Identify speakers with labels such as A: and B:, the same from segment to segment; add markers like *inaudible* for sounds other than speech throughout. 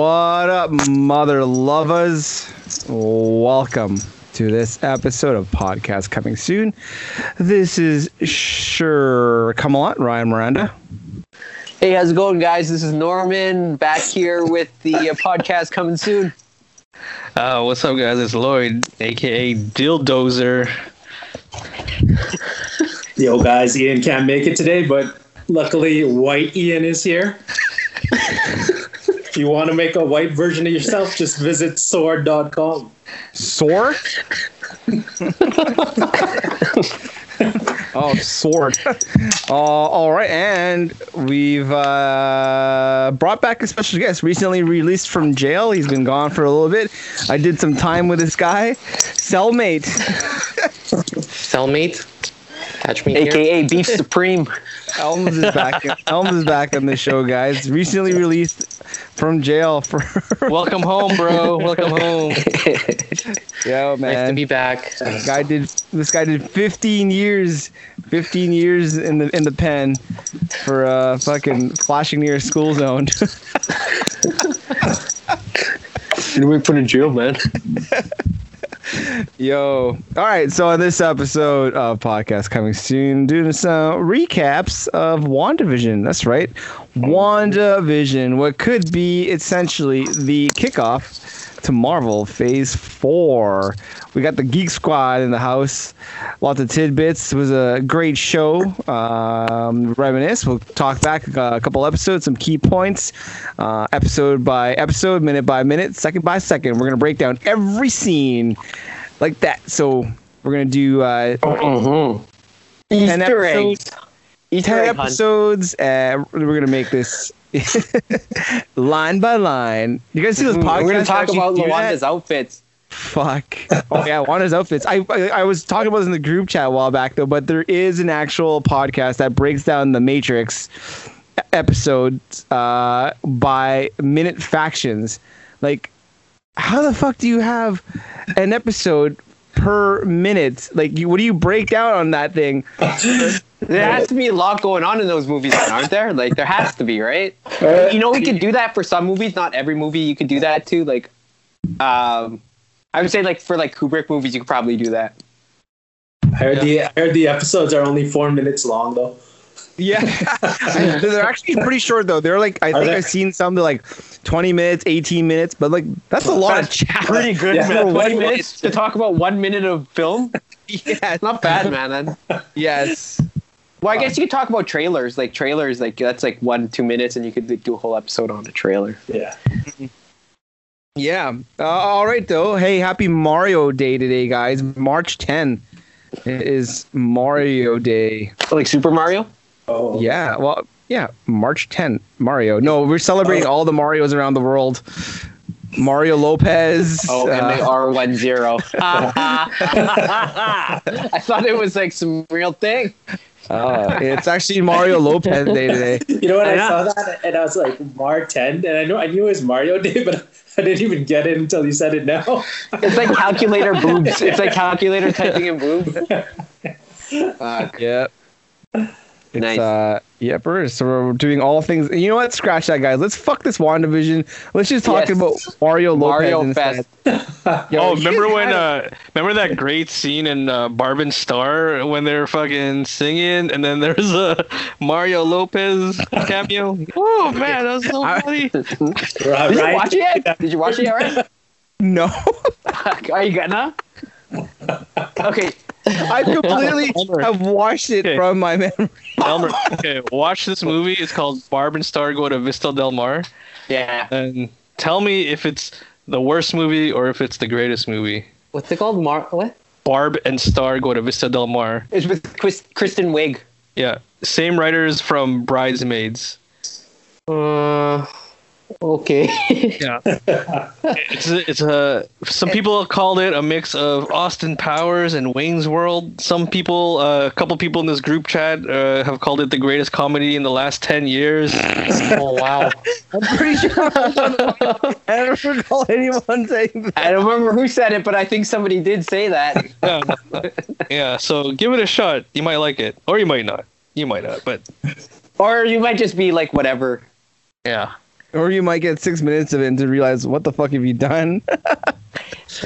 A: up, mother lovers? Welcome to this episode of podcast coming soon. This is sure come on, Ryan Miranda.
B: Hey, how's it going, guys? This is Norman back here with the uh, podcast coming soon.
C: Uh, what's up, guys? It's Lloyd, aka Dildozer.
D: Yo, guys, Ian can't make it today, but luckily, white Ian is here. if you want to make a white version of yourself, just visit sword.com.
A: Sword? oh, sword. Uh, all right, and we've uh, brought back a special guest recently released from jail. He's been gone for a little bit. I did some time with this guy, cellmate.
E: Cellmate, catch me here.
B: AKA Beef Supreme.
A: Elms is back. Elms is back on the show, guys. Recently released from jail for. *laughs*
C: Welcome home, bro. Welcome home.
A: yeah, man.
E: Nice to be back.
A: This guy did this guy did 15 years 15 years in the in the pen for uh fucking flashing near a school zone
C: Did we put in jail,
E: *laughs*
C: man?
A: yo all right so on this episode of podcast coming soon doing some recaps of wandavision that's right wandavision what could be essentially the kickoff to marvel phase four we got the geek squad in the house lots of tidbits it was a great show um, reminisce we'll talk back a couple episodes some key points uh, episode by episode minute by minute second by second we're gonna break down every scene like that. So we're gonna do uh,
B: Oh,
A: ten
B: *laughs* Easter eggs.
A: episodes.
B: Easter
A: Ten
B: egg hunt.
A: episodes. Uh, we're gonna make this *laughs* line by line. You guys see those podcasts?
B: Mm, We're going to
A: that
B: talk
A: actually
B: about
A: do that?
B: Lawanda's outfits.
A: Fuck. Oh yeah, Wanda's outfits. I, I I was talking about this in the group chat a while back though, but there is an actual podcast that breaks down the Matrix e-, episodes uh, by minute factions. Like, how the fuck do you have an episode per minute? Like, you, what do you break down on that thing?
B: There has to be a lot going on in those movies, then, aren't there? Like, there has to be, right? you know, we could do that for some movies. Not every movie you could do that to. Like, um, I would say, like, for like Kubrick movies, you could probably do that.
D: I heard, the, I heard the episodes are only four minutes long, though.
A: *laughs* Yeah, I- they're actually pretty short though. They're like, I think
D: they?
A: I've seen some they're like twenty minutes, eighteen minutes, but like that's a lot of chat.
B: Pretty good,
D: Yeah.
B: man.
A: For
B: 20
A: one
B: minutes to talk about one minute of film?
A: *laughs* Yeah,
B: Not *laughs* bad, man. Then.
A: yes.
B: Well, I guess you could talk about trailers. Like trailers, like that's like one, two minutes, and you could like, do a whole episode on a trailer.
D: Yeah.
A: Yeah. Uh, all right, though. Hey, happy Mario Day today, guys. March 10 is Mario Day.
B: Like Super Mario.
D: Oh.
A: Yeah. Well, yeah. March 10, Mario. No, we're
B: Oh.
A: celebrating all the Marios around the world. Mario Lopez.
B: Oh, and they
A: uh,
B: are one *laughs* zero. I thought it was like some real thing.
A: uh, it's actually Mario Lopez Day
B: *laughs*
A: today.
D: You know what? I,
B: I know.
D: saw that and I was like, Mar 10. And I know I knew it was Mario *laughs* Day, but I didn't even get it until you said it now. *laughs*
B: It's like calculator boobs. It's like calculator typing in *laughs* boob. Fuck.
A: Yep. It's,
B: Nice.
A: Uh, yep. we're- So we're doing all things. You know what? Scratch that, guys. Let's fuck this Wandavision. Let's just talk
B: Yes.
A: about Mario Lopez.
B: Mario
A: instead.
B: Fest.
A: Yo,
C: oh,
A: he
C: remember
A: had
C: when?
A: a-
C: Uh, remember that great scene in uh, Barb and Star when they're fucking singing, and then there's a Mario Lopez
E: *laughs*
C: cameo. oh man, that was so
A: I-
C: funny.
D: Right,
B: Did you
D: right?
B: watch it yet? Did you watch it yet? Ryan?
A: No. *laughs*
B: Fuck. *laughs* Are you gonna? Okay.
A: I completely have washed it
C: Okay.
A: from my memory.
C: Elmer, okay, watch this movie. It's called Barb and Star Go to Vista Del Mar,
B: Yeah.
C: and tell me if it's the worst movie or if it's the greatest movie.
E: What's it called? Mar? What?
C: Barb and Star Go to Vista Del Mar.
B: It's with Chris, Kristen Wiig.
C: Yeah, same writers from Bridesmaids.
E: Uh, okay.
C: Yeah, it's a, it's a. Some people called it a mix of Austin Powers and Wayne's World. Some people, uh, a couple people in this group chat, uh, have called it the greatest comedy in the last ten years.
E: oh
B: *laughs*
E: wow.
A: I'm pretty sure *laughs* I don't recall anyone saying that.
B: I don't remember who said it, but I think somebody did say that.
C: yeah. yeah, so give it a shot. You might like it, or you might not. You might not, but
B: Or you might just be like whatever.
C: yeah.
A: or you might get six minutes of it and to realize what the fuck have you done.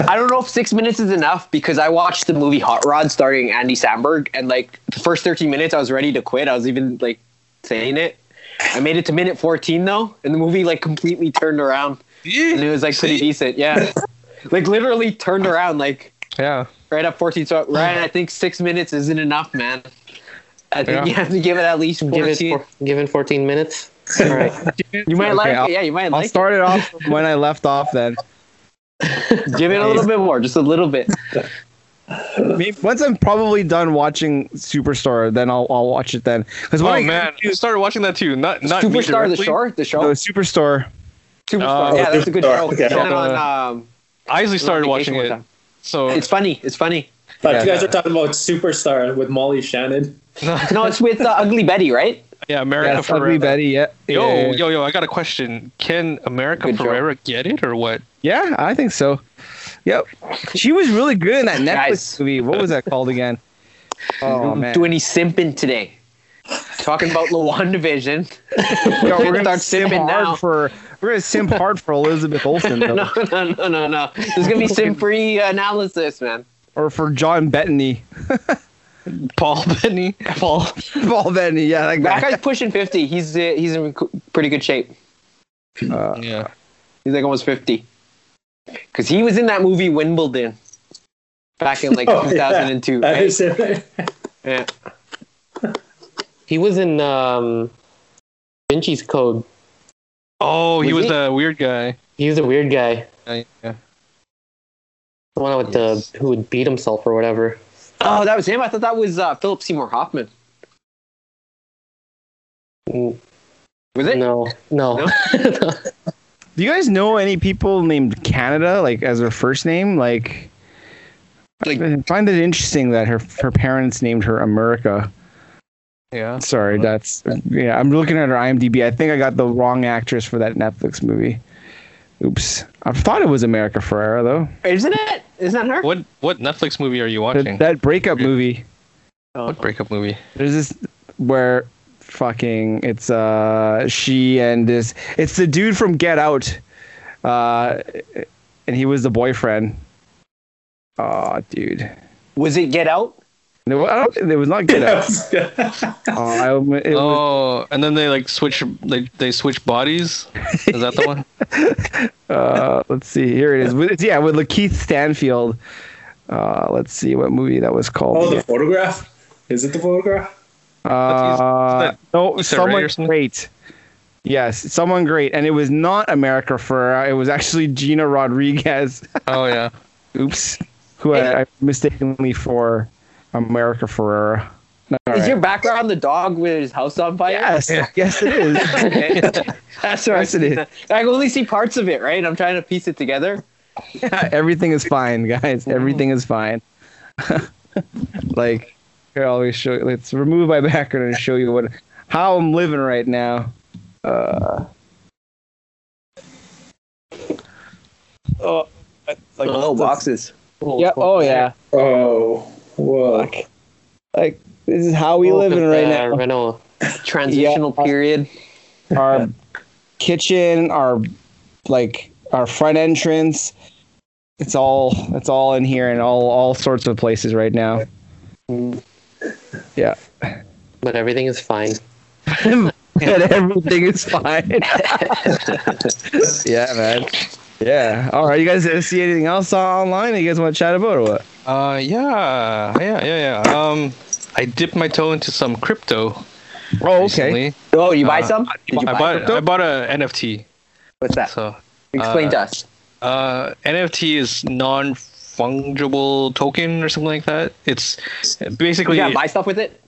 B: I don't know if six minutes is enough because I watched the movie Hot Rod starring Andy Samberg, and like the first 13 minutes, I was ready to quit. I was even like saying it. I made it to minute 14 though, and the movie like completely turned around, and it was like pretty decent. Yeah, like literally turned around, like
C: Yeah.
B: right up 14. So Ryan, I think six minutes isn't enough, man. I think
C: Yeah.
B: you have to give it at least
E: Give
B: 14.
E: it four, given 14 minutes. All right.
B: you might
A: Okay,
B: like
A: I'll-
B: it. Yeah, you might
A: I'll
B: like
A: start it off from when I left off. Then
B: it. Give it a little bit more, just a little bit.
A: Maybe- once I'm probably done watching Superstar, then I'll I'll watch it then. Because when
C: Oh
A: I
C: man, I started watching that too. Not *laughs* not me
B: Superstar, the
C: directly.
B: show, the
A: no,
B: show.
A: Superstar,
B: Superstar,
C: Oh,
B: yeah, that's a good show.
D: Superstar, okay.
B: It's on, um,
C: I actually started
B: vacation
C: watching
B: one
C: it.
B: time.
C: So
B: It's funny. It's funny.
D: Like, you
A: Yeah.
D: guys are talking about Superstar with Molly Shannon.
B: No, it's with uh, Ugly Betty, right?
C: yeah, America
A: yes, Ugly
C: Ferrera.
A: Betty. Yeah,
C: Yo,
A: yeah,
C: yo, yo! I got a question. Can America
B: Good job.
C: Ferrera get it or what?
A: yeah, I think so. Yep, she was really good *laughs* in that Netflix
B: Guys.
A: movie. What was that called again? Oh man,
B: Do any simping today? Talking about LaWandaVision.
A: Yo, we're
B: Start
A: gonna simp
B: sipping
A: hard
B: now.
A: for we're gonna simp hard for Elizabeth Olsen though,
B: No, no, no, no, no. There's gonna be sim-free analysis, man.
A: or for John *laughs* Bettany,
C: Paul Benny. Paul.
A: *laughs* Paul Bettany. Yeah, that
B: That
A: guy.
B: guy's pushing 50. He's uh, he's in c- pretty good shape.
A: Uh,
C: Yeah.
B: He's like almost 50. Because he was in that movie Wimbledon back in like
D: Oh, yeah.
B: 2002.
D: That
B: right?
D: is it.
B: Yeah.
E: He was in um, Vinci's Code.
C: Oh, he
B: Was
C: was
B: he-
C: the weird guy.
E: He was a weird guy.
C: Yeah, yeah.
E: The one with the who would beat himself or whatever.
B: Oh, that was him. I thought that was uh, Philip Seymour Hoffman.
E: Mm,
B: Was it?
E: No, no.
A: do you guys know any people named Canada like as her first name? Like,
B: Like-
A: I find it interesting that her her parents named her America.
C: Yeah.
A: Sorry, that's yeah. I'm looking at her IMDb. I think I got the wrong actress for that Netflix movie. Oops, I thought it was America Ferrera though.
B: Isn't it? Isn't that her?
C: What what Netflix movie are you watching?
A: That, that breakup movie.
C: what breakup movie?
A: There's this where fucking it's uh she and this it's the dude from Get Out. Uh and he was the boyfriend. Oh, dude.
B: Was it Get Out?
A: No, I don't, it was not Get
D: *laughs*
A: Out. Oh, I, it was,
C: Oh, and then they like switch. They they switch bodies. Is that the
B: *laughs*
C: one?
A: uh, let's see. Here it is. With, it's- yeah, with Lakeith Stanfield. Uh, let's see what movie that was called.
D: oh, the photograph? Is it the photograph?
A: Uh,
C: Is
A: no,
C: Issa Rae
A: someone
C: or something?
A: great. Yes, someone great, and it was not America Ferrera. It was actually Gina Rodriguez. *laughs*
C: Oh yeah.
A: Oops, who I, I mistakenly for America Ferrera. All
B: Is
A: right.
B: your background the dog with his house on fire?
A: yes, yes, it is.
B: *laughs* That's right.
A: Yes, it is.
B: I can only see parts of it, right? I'm trying to piece it together.
A: *laughs* Everything is fine, guys. Everything is fine. *laughs* like, here, I'll always show. Let's remove my background and show you what how I'm living right now. Uh, oh, like
B: boxes.
A: Yeah. Oh, yeah.
D: Oh, whoa.
A: Like this is how we living right now.
E: Renault.
B: Transitional period.
A: our kitchen, our like our front entrance. It's all it's all in here and all all sorts of places right now. Yeah, *laughs*
E: But everything is fine.
A: and everything is fine. yeah, man. Yeah. All right, you guys see anything else online? that You guys want to chat about or what?
C: Uh yeah yeah yeah yeah. Um, I dipped my toe into some crypto.
A: Oh,
C: recently.
B: Oh, you buy
C: Uh,
B: some? Did you
C: I Uh,
B: buy
C: bought
B: crypto?
C: I bought a NFT.
B: What's that?
C: So
B: Explain to us.
C: Uh, NFT is non fungible token or something like that. It's
B: You
C: basically
B: gotta buy stuff with it?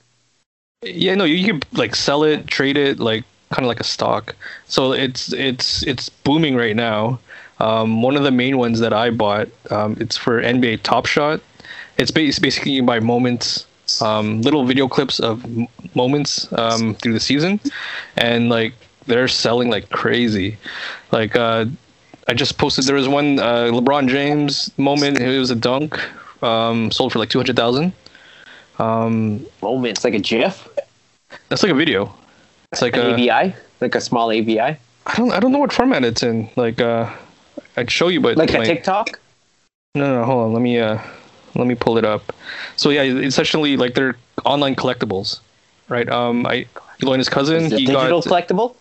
C: yeah no you, you can like sell it trade it like kind of like a stock. So it's it's it's booming right now. Um, one of the main ones that I bought um, it's for NBA Top Shot. It's ba- it's basically you buy moments. Um, little video clips of m- moments um, through the season, and like they're selling like crazy. Like uh, I just posted there was one uh, LeBron James moment. It was a dunk, um, sold for like two hundred thousand. Um,
B: Moments, like a GIF,
C: that's like a video. It's like
B: an
C: a
B: AVI, like a small AVI.
C: I don't I don't know what format it's in. Like uh, I'd show you, but
B: Like a
C: my-
B: TikTok?
C: No, no, hold on. Let me uh, let me pull it up. So yeah, it's essentially like they're online collectibles, right? Um, I Eloy and his cousin.
B: Is it
C: he
B: digital
C: got
B: collectible?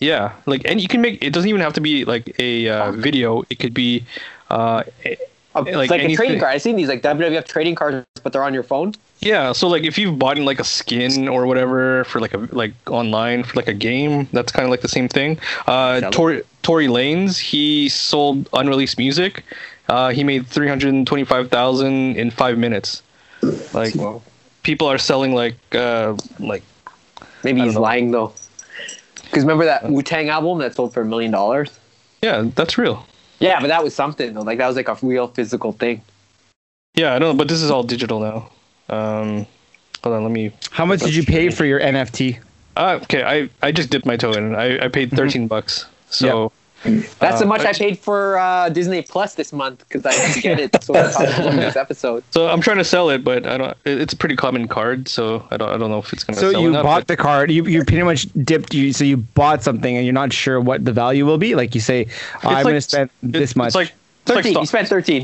C: yeah, like and you can make it doesn't even have to be like a uh, video. It could be uh, a-
B: A-
C: Like
B: It's like a trading
C: anything.
B: card. I've seen these like WWF trading cards, but they're on your phone.
C: yeah. So like if you've bought in like a skin or whatever for like a like online for like a game, that's kind of like the same thing. Uh, Tori Tory Lanes. He sold unreleased music. Uh, he made three hundred twenty-five thousand in five minutes. Like people are selling like uh like
B: Maybe
C: I
B: he's
C: don't know.
B: lying though. Because remember that Wu Tang album that sold for a million dollars?
C: yeah that's real
B: Yeah, but that was something though. Like that was like a real physical thing.
C: yeah i know but this is all digital now um hold on let me
A: How much did you pay for your NFT?
C: uh, okay i i just dipped my toe in i i paid 13 bucks so
B: That's
C: Uh,
B: the much
C: but-
B: I paid for uh, Disney Plus this month because I didn't get it. So I talked about this
C: *laughs*
B: episode.
C: so i'm trying to sell it but i don't it- it's a pretty common card so i don't i don't know if it's gonna
A: So
C: sell
A: you
C: or not,
A: bought
C: but-
A: the card. You you pretty much dipped. You so you bought something and you're not sure what the value will be. Like you say, I'm
C: like-
A: gonna spend
C: it-
A: this much.
C: it's like it's like
B: Thirteen.
C: stock.
B: He spent thirteen.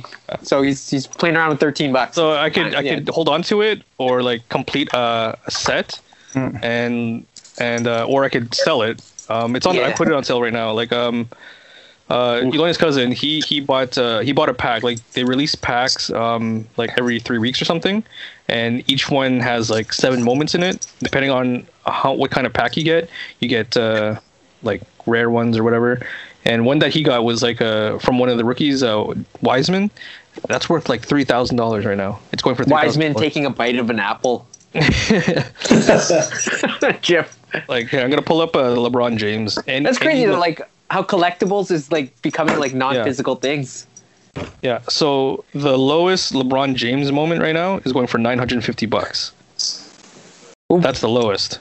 B: So he's he's playing around with thirteen bucks.
C: so i could
B: Uh,
C: i
B: yeah.
C: could hold on to it or like complete uh, a set
A: Hmm.
C: and and uh, or i could sell it um it's on i
B: Yeah.
C: put it on sale right now like um uh Elon's cousin he he bought uh, he bought a pack like they release packs um like every three weeks or something and each one has like seven moments in it depending on how what kind of pack you get you get uh like rare ones or whatever and one that he got was like uh from one of the rookies uh wiseman that's worth like three thousand dollars right now it's going for $3,000.
B: Wise men taking a bite of an
C: *laughs*
B: apple. *laughs* Jeff,
C: like here, i'm gonna pull up a uh, lebron james and
B: that's
C: and
B: crazy.
C: he-
B: that, like how collectibles is like becoming like non-physical things.
C: Yeah. So the lowest LeBron James moment right now is going for 950 bucks. That's the lowest.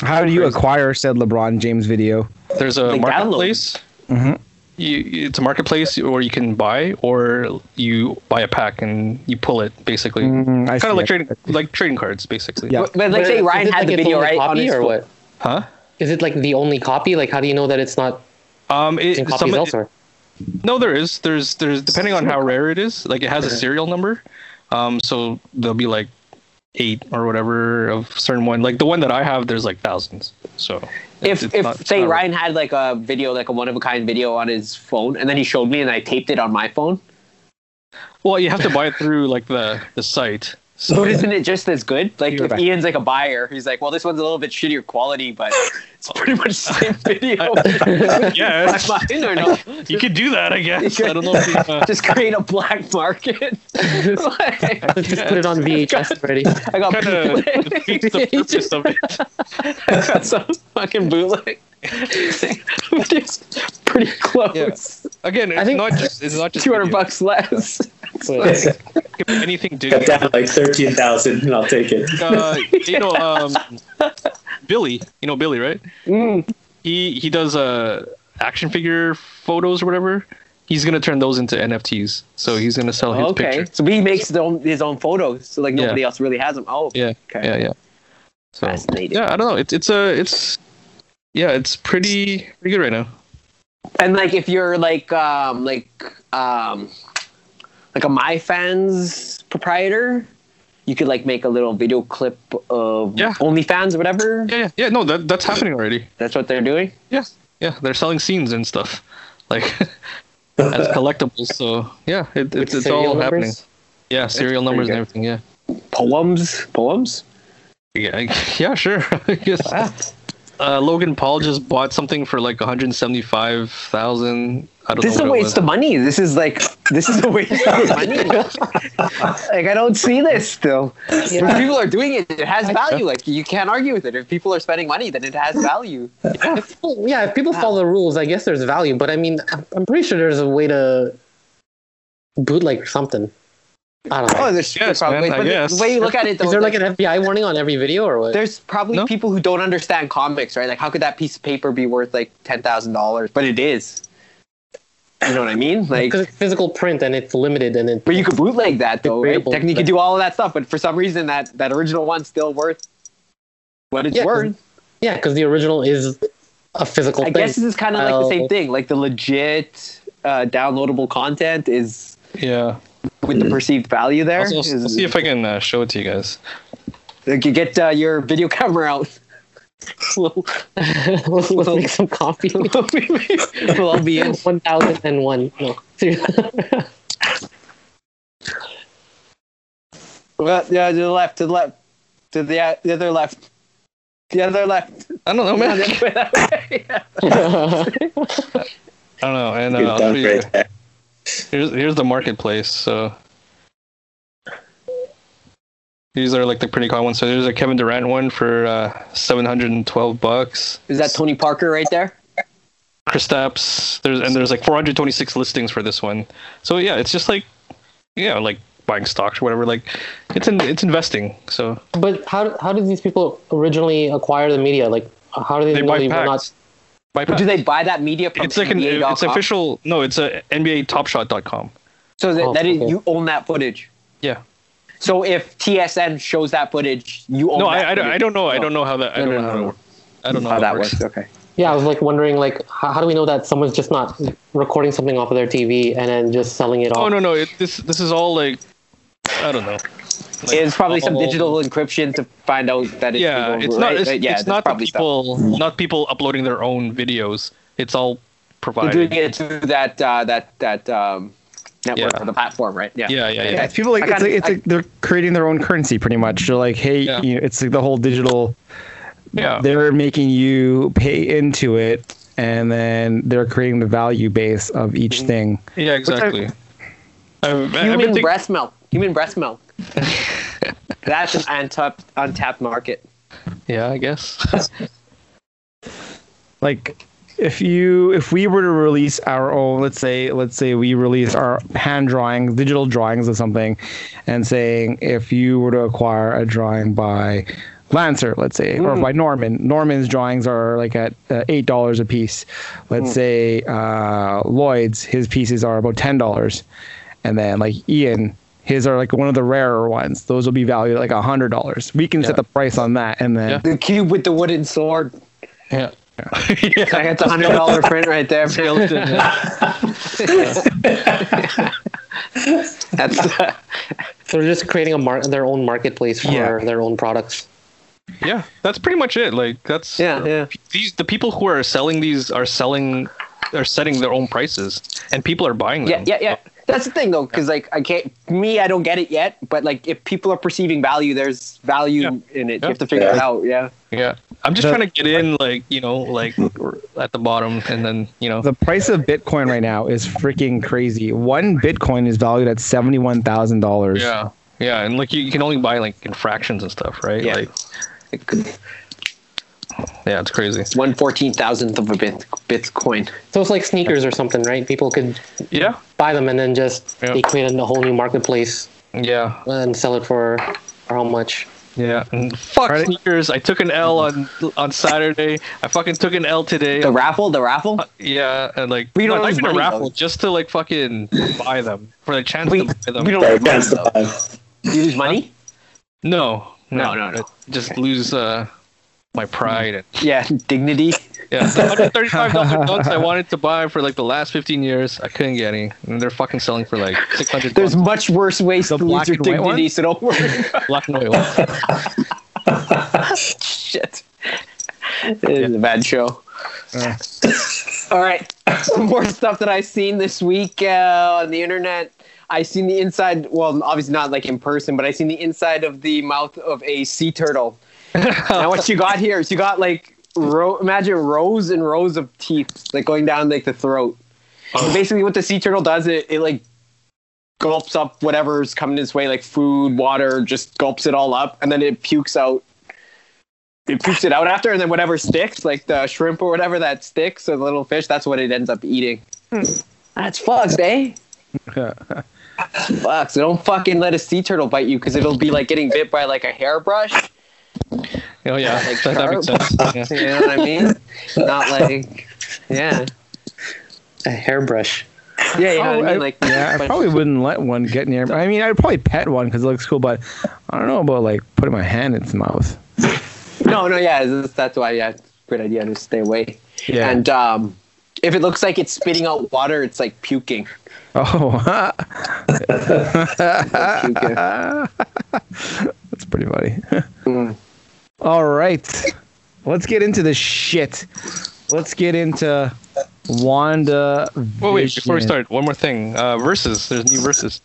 A: How do you acquire said LeBron James video?
C: There's a
B: Like
C: marketplace.
A: Mhm.
C: You, it's a marketplace where you can buy, or you buy a pack and you pull it, basically.
A: Mm, I
C: kind
A: see,
C: of
A: I
C: like trading, like trading cards, basically.
A: Yeah.
B: But, but like
E: But
B: say
E: is
B: Ryan
E: it
B: had
E: like
B: the
E: its
B: video
E: only
B: right on
E: copy
B: his
E: or
B: phone.
E: what?
C: Huh?
E: Is it like the only copy? Like, how do you know that it's not
C: Um. It,
E: in copies
C: some- *laughs*
E: elsewhere?
C: No, there is. There's there's depending on how rare it is. Like it has a serial number. Um, so there'll be like eight or whatever of certain one. Like the one that I have, there's like thousands. So
B: If
C: it's- it's
B: if
C: not- it's
B: say
C: not-
B: Ryan had like a video like a one of a kind video on his phone and then he showed me and I taped it on my phone,
C: well, you have to buy it through like the the site. So *laughs*
B: but isn't it just as good? Like
A: You're
B: if
A: back.
B: Ian's like a buyer, he's like, well, this one's a little bit shittier quality, but it's pretty much the
C: *laughs*
B: same video. *laughs*
C: yeah,
B: Am I in or no?
C: you could do that, I guess. I don't know. If you, *laughs* uh,
B: Just create a black market. *laughs* Like,
E: Let's just put it on VHS already.
B: I got
C: kind *laughs* of
B: *laughs*
C: defeats the purpose of it.
B: I got some fucking bootleg. *laughs* Just pretty close.
C: Again, it's
E: I think-
C: not just it's not just
B: Two hundred
C: video.
B: bucks less.
E: But-
C: It could be anything
D: Cut
C: digital.
D: down like 13,000 and I'll take it.
C: Uh, you know, um, Billy. You know Billy, right?
B: Mm.
C: he he does uh action figure photos or whatever. He's gonna turn those into NFTs. So he's gonna sell his
B: okay,
C: picture.
B: so he makes his own, his own photos, so like
C: Yeah.
B: nobody else really has them. Oh,
C: Yeah.
B: Okay.
C: Yeah, yeah. So
B: fascinating.
C: yeah, I don't know. It's it's a it's yeah, it's pretty pretty good right now.
B: And like if you're like um like um like a my fans proprietor, you could like make a little video clip of
C: Yeah.
B: OnlyFans or whatever.
C: Yeah, yeah, yeah. No, that that's happening already.
B: That's what they're doing.
C: Yeah, yeah. They're selling scenes and stuff, like *laughs*
B: *laughs*
C: as collectibles. So yeah, it, it's it's all
E: serial numbers?
C: happening. Yeah, serial numbers and everything. Yeah.
B: Poems, poems.
C: Yeah, *laughs* I- yeah, sure. I guess. Uh, Logan Paul just bought something for like 175,000. I don't
B: This is
C: know.
B: a
C: what it
B: waste of money. This is like this is a waste of
C: *laughs*
B: money. like I don't see this still. If people are doing it, it has value. Like you can't argue with it. If people are spending money, then it has value.
E: If people- yeah, if people follow the rules, I guess there's value. But I mean, I'm- I'm pretty sure there's a way to bootleg something. I don't know.
B: Oh, there's
C: Yes,
B: probably
C: man, I
B: but the,
C: guess.
B: the way you look at it though.
E: Is there
B: like-
E: like an FBI warning on every video or what?
B: There's probably
C: No?
B: people who don't understand comics, right? Like, how could that piece of paper be worth like ten thousand dollars? But it is. You know what I mean? Like,
E: Because it's physical print and it's limited and it.
B: but you could bootleg that though, right?
E: Degradable.
B: Technically, you could do all of that stuff, but for some reason, that that original one's still worth what it's
E: Yeah, 'cause-
B: worth.
E: Yeah, because the original is a physical
B: I
E: thing.
B: guess this is kind of like the
E: I'll-
B: same thing. Like the legit uh, downloadable content is
C: Yeah.
B: with the perceived value there.
C: I'll, I'll- I'll
B: Is-
C: Mm. see if I can uh, show it to you guys.
B: like, you get uh, your video *laughs* camera
C: *laughs*
B: out.
E: We'll- *laughs* let's, let's make some coffee.
B: *laughs*
E: *laughs* we'll all be in 1001. No.
B: Well, yeah, to the left, to the left, to the, uh, the other left, the other
C: *laughs*
B: left.
C: I don't
B: No,
C: know, man.
B: the
C: I
B: other way, that way. *laughs*
C: don't know. And uh,
F: Good
C: I'll show
F: dunk
C: you-
F: right there.
C: here's here's the marketplace. So these are like the pretty common ones. So there's a Kevin Durant one for uh, 712 bucks.
B: Is that Tony Parker right there?
C: Kristaps. There's and there's like 426 listings for this one. So yeah, it's just like yeah, like buying stocks or whatever. Like it's in, it's investing. So
E: *laughs* but how, how did these people originally acquire the media? Like, how do they,
C: they
E: know
C: buy
E: they were not?
C: packs. Buy
B: Or
C: packs.
B: do they buy that media from
C: it's like an
B: NBA.com?
C: it's official. No, it's a NBA TopShot.com.
B: So that,
E: Oh,
B: that is,
E: okay.
B: you own that footage.
C: Yeah.
B: So if TSN shows that footage, you own.
C: No,
B: Oh, that
C: I, I, don't,
B: footage.
C: I don't know. I
B: No.
C: don't know how that.
B: No,
C: I don't
B: no,
C: know
B: no,
C: how
B: no.
C: it works. I don't know
B: How that
C: it
B: works. Okay.
E: Yeah, I was like wondering, like, how, how do we know that someone's just not recording something off of their TV and then just selling it
C: Oh
E: off?
C: no no! It, this this is all like I don't know. Like,
B: it's probably some
C: all-
B: digital encryption to find out that it's
C: Yeah,
B: people,
C: it's
B: right?
C: not. It's,
B: Right, yeah,
C: it's
B: that's
C: not the
B: probably stuff.
C: people. Not people uploading their own videos. It's all
B: They're
C: provided.
B: doing it through that uh, that that um, network
C: Yeah.
B: or the platform, right? Yeah.
C: Yeah yeah yeah.
A: Yeah, it's people like,
B: I
A: it's
B: kinda-
A: like, it's
B: I-
A: like they're creating their own currency pretty much. They're like, hey,
C: Yeah. Oh.
A: you know, it's like the whole digital.
C: Yeah.
A: They're making you pay into it, and then they're creating the value base of each
C: Mm-hmm.
A: thing.
C: Yeah, exactly. I've, I've
B: Human
C: been think-
B: breast milk. Human breast milk.
C: *laughs*
B: That's an untapped untapped market.
C: yeah, I guess.
A: Like, if you if we were to release our own, let's say let's say we release our hand drawings, digital drawings of something, and saying if you were to acquire a drawing by Lancer, let's say, or by Norman. Norman's drawings are like at uh, eight dollars a piece. Let's say uh, Lloyd's, his pieces are about ten dollars, and then like Ian, his are like one of the rarer ones. Those will be valued at like hundred dollars. We can set the price on that, and then
B: The cube with the wooden sword.
C: *laughs* yeah.
B: I
C: yeah.
B: got the hundred *laughs* dollar print right there.
C: Skeleton.
B: *laughs* That's
E: So they're just creating a mar- their own marketplace for
A: Yeah.
E: their own products.
C: yeah, that's pretty much it. Like that's
B: yeah, yeah.
C: these the people who are selling these are selling are setting their own prices, and people are buying
B: Yeah,
C: them.
B: yeah, yeah. That's the thing though, because like I can't. Me, I don't get it yet. But like, if people are perceiving value, there's value in it. You
C: Yeah.
B: have to figure
F: Yeah.
B: it out. Yeah.
C: Yeah, I'm just
A: The-
C: trying to get in, like you know, like at the bottom, and then you know,
A: The price of Bitcoin right now is freaking crazy. One Bitcoin is valued at seventy-one thousand dollars.
C: yeah, yeah, and like you, you can only buy like in fractions and stuff, right?
B: Yeah.
C: Like, yeah, it's crazy.
B: One fourteen thousandth of a bit Bitcoin.
E: So it's like sneakers or something, right? People could
C: Yeah,
E: buy them and then just
C: Yeah.
E: they create a whole new marketplace
C: yeah,
E: and sell it for, for how much?
C: yeah. And fuck
A: Alright.
C: sneakers. I took an L on on Saturday. I fucking took an L today.
B: The raffle, the raffle.
C: Uh, yeah, and like
B: We don't
C: not
B: lose
C: even a
B: money,
C: raffle
B: though.
C: just to like fucking buy them for the chance
B: We,
C: to buy them.
B: we don't
F: Sorry,
B: lose money,
F: Ken's
B: though.
F: alive.
B: You lose money?
C: No,
B: No, no, no.
C: Just lose uh, my pride and
B: Yeah, dignity. *laughs*
C: Yeah, the hundred thirty-five dollar dunks I wanted to buy for like the last fifteen years, I couldn't get any, and they're fucking selling for
B: *laughs*
C: like six hundred.
B: There's much worse ways
A: The
B: to lose
A: black
B: your
A: and white
B: dignity,
A: one?
B: so don't worry.
C: black and white ones.
B: Shit. It is a bad show. *laughs* All right. *laughs* Some more stuff that I've seen this week uh, on the internet. I seen the inside, well, obviously not like in person, but I seen the inside of the mouth of a sea turtle. now, what you got here is you got like, ro- imagine rows and rows of teeth, like going down like the throat. And basically, what the sea turtle does, it, it like gulps up whatever's coming its way, like food, water, just gulps it all up, and then it pukes out. It pukes it out after, and then whatever sticks, like the shrimp or whatever that sticks, or the little fish, that's what it ends up eating.
A: Hmm.
B: That's fucked,
A: *laughs*
B: eh? Fuck, so don't fucking let a sea turtle bite you because it'll be like getting bit by like a hairbrush.
C: Oh yeah,
B: *laughs* Like
C: that, that makes
B: sharp.
C: sense. Yeah.
B: You know what I
A: *laughs*
B: mean? Not like, yeah.
E: A hairbrush.
B: Yeah, you know what I
A: Oh, I-
B: mean? Like,
A: yeah, I
B: but-
A: probably wouldn't let one get near. I mean, I'd probably pet one because it looks cool, but I don't know about like putting my hand in its mouth. *laughs*
B: No, no, yeah, that's, that's why. Yeah, great idea to stay away.
C: Yeah.
B: And um, if it looks like it's spitting out water, it's like
A: *laughs*
B: puking.
A: Oh, *laughs*
B: puking.
A: that's pretty funny.
B: Hmm.
A: All right, let's get into the shit. Let's get into Wanda.
C: Well, wait, before we start, one more thing. Uh, versus. There's new versus.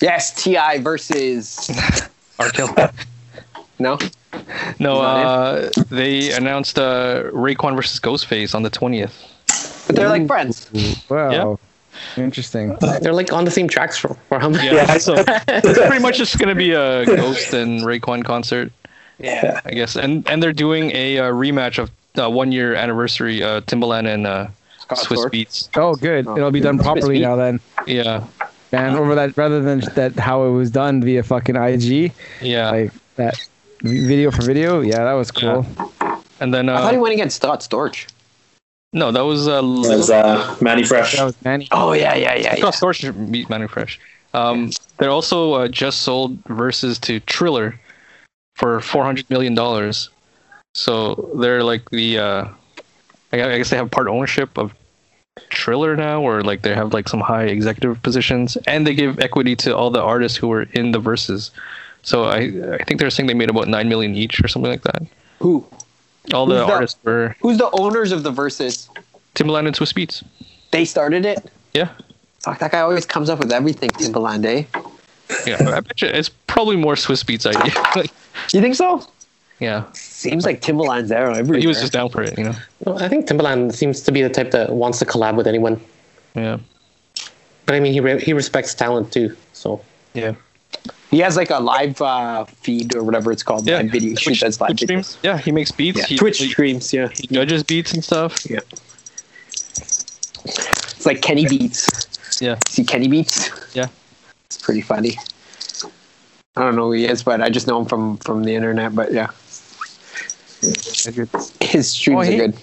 B: Yes, Ti versus *laughs*
C: Artel.
B: no.
C: No,
B: Not
C: uh, they announced uh, Raekwon versus Ghostface on the 20th.
B: But they're like friends.
C: Mm-hmm.
A: Wow, interesting.
E: They're like on the same tracks for, for how many?
C: Yeah, so it's pretty much just gonna be a Ghost and Raekwon concert,
B: Yeah.
C: I guess. And and they're doing a uh, rematch of uh, one year anniversary uh, Timbaland and uh,
B: Scott
C: Swiss
B: Storch.
C: Beats.
A: Oh, good. It'll be done properly now then.
C: Yeah,
A: And over that, rather than that, how it was done via fucking IG,
C: yeah.
A: like that video for video. Yeah, that was cool.
C: and then
B: I thought he
C: uh,
B: went against Scott Storch.
C: no, that was uh,
D: As uh, Manny Fresh.
A: That was Manny.
B: Oh yeah, yeah, yeah.
C: Scott Storch should beat Manu Fresh. Um, they're also uh, just sold versus to Triller for four hundred million dollars. So they're like the, uh, I gu- I guess they have part ownership of Triller now, or like they have like some high executive positions, and they give equity to all the artists who were in the verses. So I, I think they're saying they made about nine million each or something like that.
B: Who?
C: All the
B: Who's that?
C: artists were
B: Who's the owners of the verses?
C: Timbaland and Swiss Beats.
B: They started it.
C: Yeah,
B: Fuck, that guy always comes up with everything, Timbaland. Eh? *laughs*
C: yeah. I bet you it's probably more Swiss *laughs* Beats idea. Like,
B: You think so?
C: yeah,
B: Seems like Timbaland's there everywhere.
C: he was just down for it, you know.
E: Well, I think Timbaland seems to be the type that wants to collab with anyone.
C: Yeah.
E: But I mean, he re- he respects talent too. So
C: Yeah.
B: He has like a live uh, feed or whatever it's called.
C: Yeah.
B: Yeah. Video shoot that's live.
C: Twitch
B: videos.
C: streams. Yeah, he makes beats.
B: Yeah.
C: He,
B: Twitch
C: he
B: streams. Yeah.
C: judges beats and stuff.
B: Yeah. It's like Kenny Beats.
C: Yeah.
B: See Kenny Beats?
C: Yeah.
B: It's pretty funny. I don't know who he is, but I just know him from from the internet. But yeah, his
A: Oh,
B: streams
A: he-
B: are good.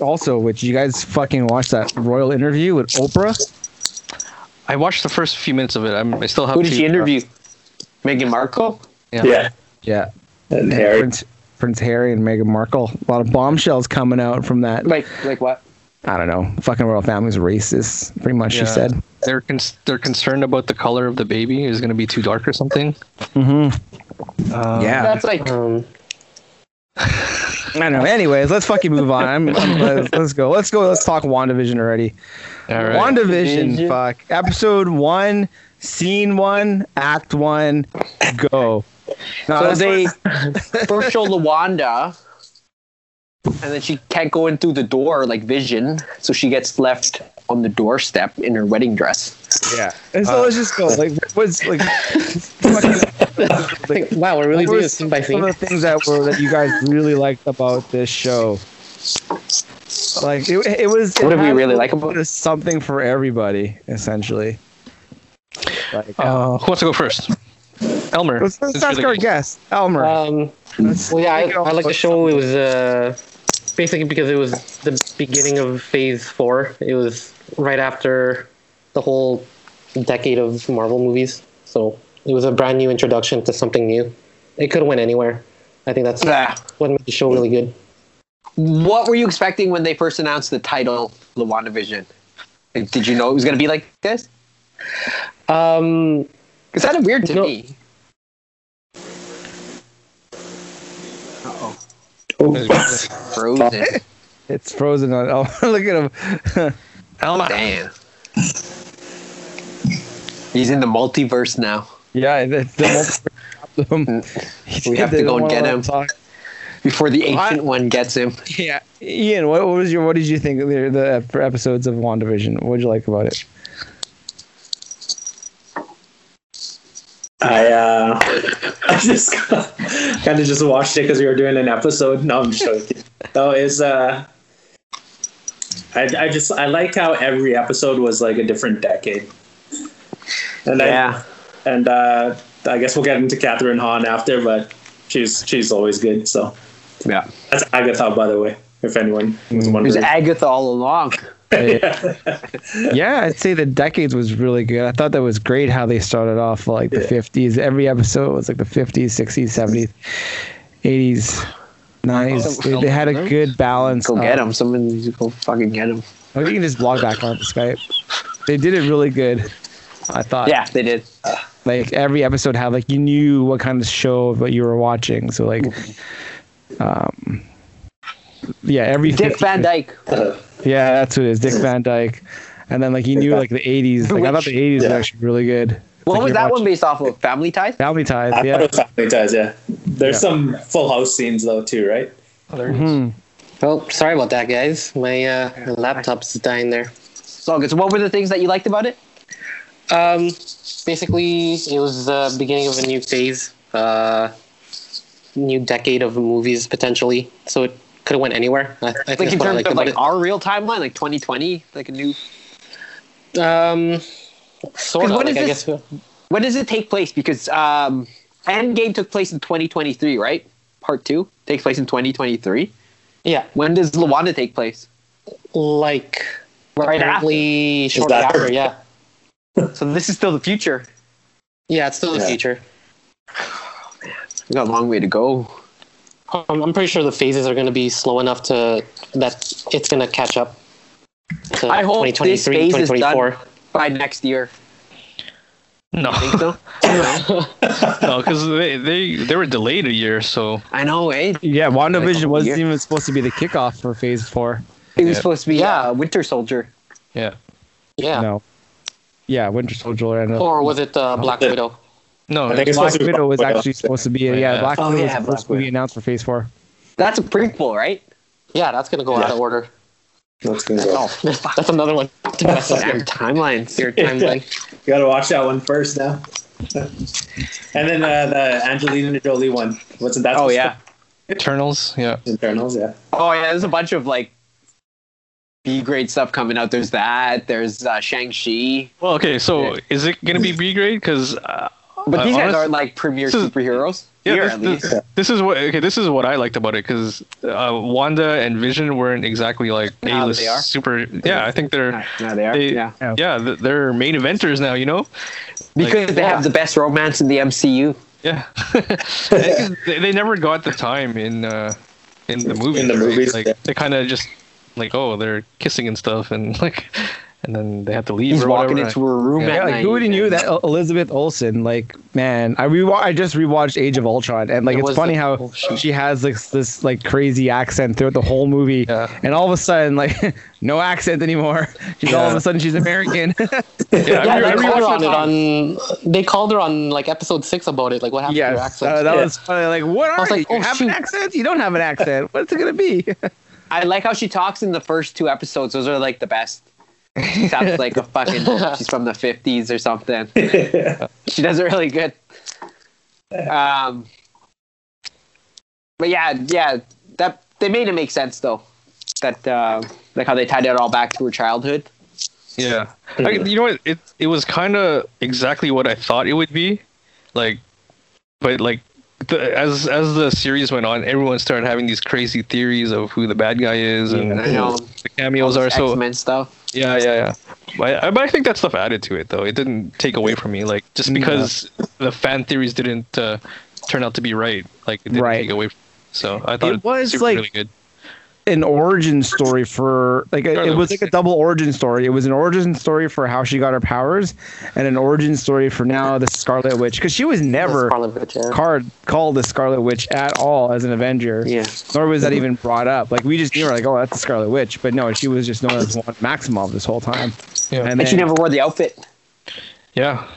A: Also, which you guys fucking watched that royal interview with Oprah?
C: I watched the first few minutes of it. I'm, I still have
B: Who
C: to. uh,
B: did he interview? Meghan Markle.
C: Yeah.
D: Yeah.
A: Yeah,
D: And
A: And
D: Harry.
A: Prince, Prince Harry and Meghan Markle. A lot of bombshells coming out from that.
B: Like like what?
A: I don't know. Fucking royal family's racist. Pretty much, she
C: Yeah.
A: said.
C: They're con- they're concerned about the color of the baby is going to be too dark or something.
A: Mm-hmm. yeah.
B: That's like
E: um,
A: I know. Anyways, let's fucking move on. I'm, I'm- let's, let's go. Let's go. Let's talk WandaVision already.
C: All right.
A: WandaVision, fuck. Episode one, scene one, act one, go. *laughs* No,
B: so they *laughs* first show Lawanda, and then she can't go in through the door like Vision, so she gets left on the doorstep in her wedding dress.
A: yeah. Uh, And so let's just go. Like, what's *laughs* like,
E: I think, wow, we're really
A: what
E: doing
A: were
E: it scene by
A: some
E: scene.
A: of the things that were that you guys really liked about this show? Like, it, it was.
B: What
A: it
B: did we
A: had
B: really
A: a
B: like
A: little
B: about
A: bit of something for everybody, essentially. Like,
B: Oh.
C: Uh, who wants to go first? Elmer.
A: let's let's
C: since
A: ask
C: you're
A: our
C: the-
A: guest, Elmer.
B: Uh,
E: Um,
A: Let's
E: well, yeah, I,
A: take it off.
E: I like the show. It was uh, basically because it was the beginning of Phase Four. It was right after the whole decade of Marvel movies, so it was a brand new introduction to something new. It could have went anywhere. I think that's
B: Ah.
E: what made the show really good.
B: What were you expecting when they first announced the title LaWandaVision? Like, did you know it was going to be like this?
E: Um,
B: It sounded weird to
E: No.
B: me.
A: *laughs*
B: Frozen.
A: It's frozen on. Oh, *laughs* look at him.
C: Elmer.
B: Damn. He's in the multiverse now.
A: yeah, that's
B: *laughs*
A: the problem. He
B: We have to
A: didn't
B: go and
A: wanna
B: get
A: let
B: him.
A: talk.
B: Before the
A: What?
B: ancient one gets him.
A: Yeah, Ian, what, what was your? What did you think of the, the ep- episodes of Wandavision? What did you like about it?
D: I uh, *laughs* I just *laughs* kind of just watched it because we were doing an episode. No, I'm just joking. No, it's uh, I I just I like how every episode was like a different decade. And I, and uh, I guess we'll get into Catherine Hahn after, but she's she's always good. So
B: Yeah.
D: that's Agatha, by the way, if anyone was
B: It was
D: wondering.
B: Agatha all along.
A: Yeah, I'd say the decades was really good. I thought that was great how they started off like the
D: Yeah.
A: fifties. Every episode was like the fifties, sixties, seventies, eighties. Nice. They, they had a good balance.
B: Go
A: of-
B: get him. Someone needs to go fucking get him.
A: Maybe you can just log back on Skype. They did it really good. I thought.
B: Yeah, they did.
A: Like every episode had like you knew what kind of show what you were watching. So like, um, yeah, every
B: Dick Van Dyke.
A: Yeah, that's what it is. Dick Van Dyke. And then like you knew like the 80s. Like I thought the 80s was
D: Yeah.
A: actually really good.
B: What
A: Like,
B: was
A: you're
B: that one
A: watching-
B: based off of? Family Ties.
A: Family Ties.
D: I
A: Yeah.
D: thought it was Family Ties, yeah. There's
A: Yeah.
D: some Full House scenes though too, right?
C: Oh, there it is.
A: Mhm.
E: Well, oh, sorry about that, guys. My uh, my laptop's dying there.
B: So good. So what were the things that you liked about it?
E: Um, basically, it was the beginning of a new phase, uh, new decade of movies potentially. So it could have went anywhere. I, I think
B: Like
E: that's
B: in
E: what I
B: terms
E: liked
B: of
E: about
B: like our real timeline, like 2020, like a new.
E: it. Um, sort
B: 'Cause
E: of.
B: what
E: Like,
B: is
E: I
B: this-
E: guess.
B: When does it take place? Because um, Endgame took place in 2023, right? Part two takes place in 2023.
E: Yeah,
B: When does Luanda take place?
E: like
B: Right
E: apparently short
D: that-
E: after. Yeah,
B: So this is still the future.
E: yeah. It's still the
D: Yeah.
E: future.
B: We got a long way to go.
E: Um, I'm pretty sure the phases are going to be slow enough to that it's going to catch up. To
B: I hope this phase is done.
E: 2024.
B: By next year, *coughs*
C: *laughs* No,
B: think so?
C: no, because they, they they were delayed a year, so
B: I know, eh?
A: Yeah, WandaVision
B: Like,
A: wasn't
B: yeah.
A: even supposed to be the kickoff for Phase Four.
B: It was
C: Yeah.
B: supposed to be yeah, Winter Soldier.
C: yeah.
E: Yeah.
A: No. Yeah, Winter Soldier and
B: Oh,
E: Or was it uh, Black
D: The-
E: Widow?
C: No,
D: I think it's
A: Oh, Black
D: supposed to be
A: Widow was
D: Black Widow.
A: actually supposed to be. Yeah,
C: Yeah.
A: Black
B: Oh,
A: Widow was
B: yeah, Black
A: supposed to be
B: Widow.
A: announced for Phase Four.
B: That's a prequel, right?
E: Yeah, that's going to go out
D: Yeah.
E: of order.
D: That's gonna
A: Oh.
D: go.
E: Oh, *laughs* That's another one. to mess up
B: Damn
C: *laughs*
E: your,
B: timelines.
E: your timeline.
D: You gotta watch that one first now. and then uh, the Angelina Jolie one. Wasn't that?
B: Oh yeah.
C: Eternals. Yeah,
D: Internals, yeah.
B: Oh yeah. There's a bunch of like B grade stuff coming out. There's that. There's uh, Shang Chi.
C: Well, okay, so is it gonna be B grade? Because uh,
B: But
C: Uh,
B: these guys
C: honest-
B: aren't like premier
C: This is-
B: superheroes.
C: yeah,
B: Here,
C: this,
B: at least.
C: this, this is what okay, this is what I liked about it because uh, Wanda and Vision weren't exactly like
B: No,
C: A list
B: they are.
C: super. Yeah, I think they're
B: No, no, they are.
C: They-
B: yeah.
A: No.
C: yeah th- they're main eventers now. You know,
B: Because they have the best romance in the MCU.
C: yeah, *laughs* they, they never got the time in uh, in the movie.
D: In the movies,
C: like
D: yeah.
C: they kind of just like oh they're kissing and stuff and *laughs* like and then they have to leave.
B: He's
C: or
B: walking
C: whatever.
B: into a room
C: Yeah.
B: at
C: Yeah,
A: Yeah, like who
B: night
A: would have knew
B: and-
A: that El- Elizabeth Olsen? Like, man, I rewa- I just rewatched Age of Ultron, and like
E: It
A: it's
E: was
A: funny
E: the-
A: how
E: oh, shoot.
A: she has like this like crazy accent throughout the whole movie,
C: Yeah.
A: and all of a sudden like *laughs* no accent anymore. *laughs* She's all of
C: Yeah.
A: a sudden she's American.
E: *laughs*
C: Yeah,
E: Yeah,
C: I re-
E: they
C: I
E: called her
C: rewatched
E: on it on. They called her on like episode six about it. Like what happened to your
A: yes,
E: accent?
A: uh, that
D: Yeah.
A: was funny. Like, what are
E: was
A: you?
E: like,
A: you
E: oh,
A: have an
E: shoot.
A: accent? You don't have an accent. What's it gonna be? *laughs*
B: I like how she talks in the first two episodes. Those are like the best. She sounds like a fucking. She's from the fifties or something. She does it really good. Um, but yeah, yeah, that they made it make sense though. That uh, like how they tied it all back to her childhood.
C: Yeah, I, you know what? It it was kind of exactly what I thought it would be, like, but like, the, as as the series went on, everyone started having these crazy theories of who the bad guy is and
B: I know
C: the cameos are.
B: X
C: So
B: Men stuff.
C: yeah, yeah, yeah. But I, but I think that stuff added to it though. It didn't take away from me. Like just because the fan theories didn't uh, turn out to be right, like it didn't
A: Right.
C: take away. From, so I thought
A: It was,
C: super-
A: like-
C: really good.
A: an origin story for like it, it was like a double origin story. It was an origin story for how she got her powers, and an origin story for now the Scarlet Witch because she was never
E: Scarlet Witch, yeah.
A: card called the Scarlet Witch at all as an Avenger.
B: Yeah.
A: Nor was that even brought up. Like we just knew her like, oh, that's the Scarlet Witch, but no, she was just known as one Maximov this whole time.
C: Yeah.
A: And,
B: And she
A: then-
B: never wore the outfit.
C: Yeah.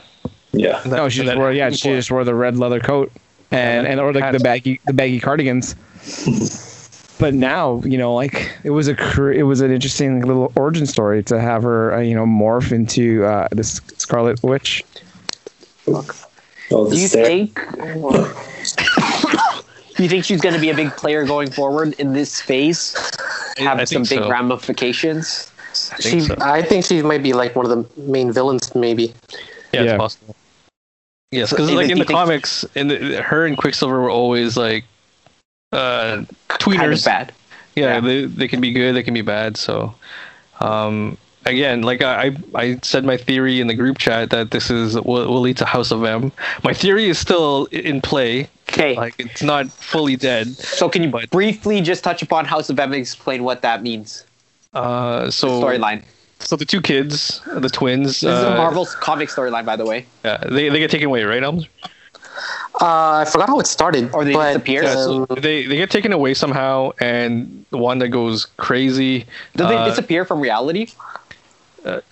D: yeah.
C: That-
A: No, she just
C: that-
A: wore yeah, she just wore the red leather coat and and or like the baggy the baggy cardigans. But now, you know, like it was a cr- it was an interesting little origin story to have her, uh, you know, morph into uh, this Scarlet Witch.
D: Oh,
B: Do you
D: stare.
B: think? *coughs* Do you think she's going to be a big player going forward in this phase?
C: I-
B: Have
C: I
B: some
C: think
B: big
C: so.
B: ramifications.
C: I think
E: She,
C: so.
E: I think she might be like one of the main villains, maybe.
C: Yeah,
A: Yeah.
C: it's possible. Yes, because
B: Even
C: like
B: if
C: in
B: you
C: the
B: think-
C: comics, in the, her and Quicksilver were always like uh, tweeters.
B: Kind of bad.
C: Yeah,
B: yeah.
C: They, they can be good, they can be bad. So, um, again, like I, I I said my theory in the group chat that this is will, will lead to House of M. My theory is still i- in play.
B: Okay.
C: Like it's not fully dead.
B: so can you
C: but-
B: briefly just touch upon House of M and explain what that means?
C: Uh,
B: The
C: so
B: storyline.
C: So the two kids, the twins.
B: This is
C: uh,
B: a Marvel's comic storyline, by the way.
C: yeah, they they get taken away, right, Elms?
E: Uh, I forgot how it started.
B: Or they
E: but,
B: disappear?
C: Yeah, so
E: um,
C: they they get taken away somehow, and Wanda goes crazy.
B: Do they
C: uh,
B: disappear from reality?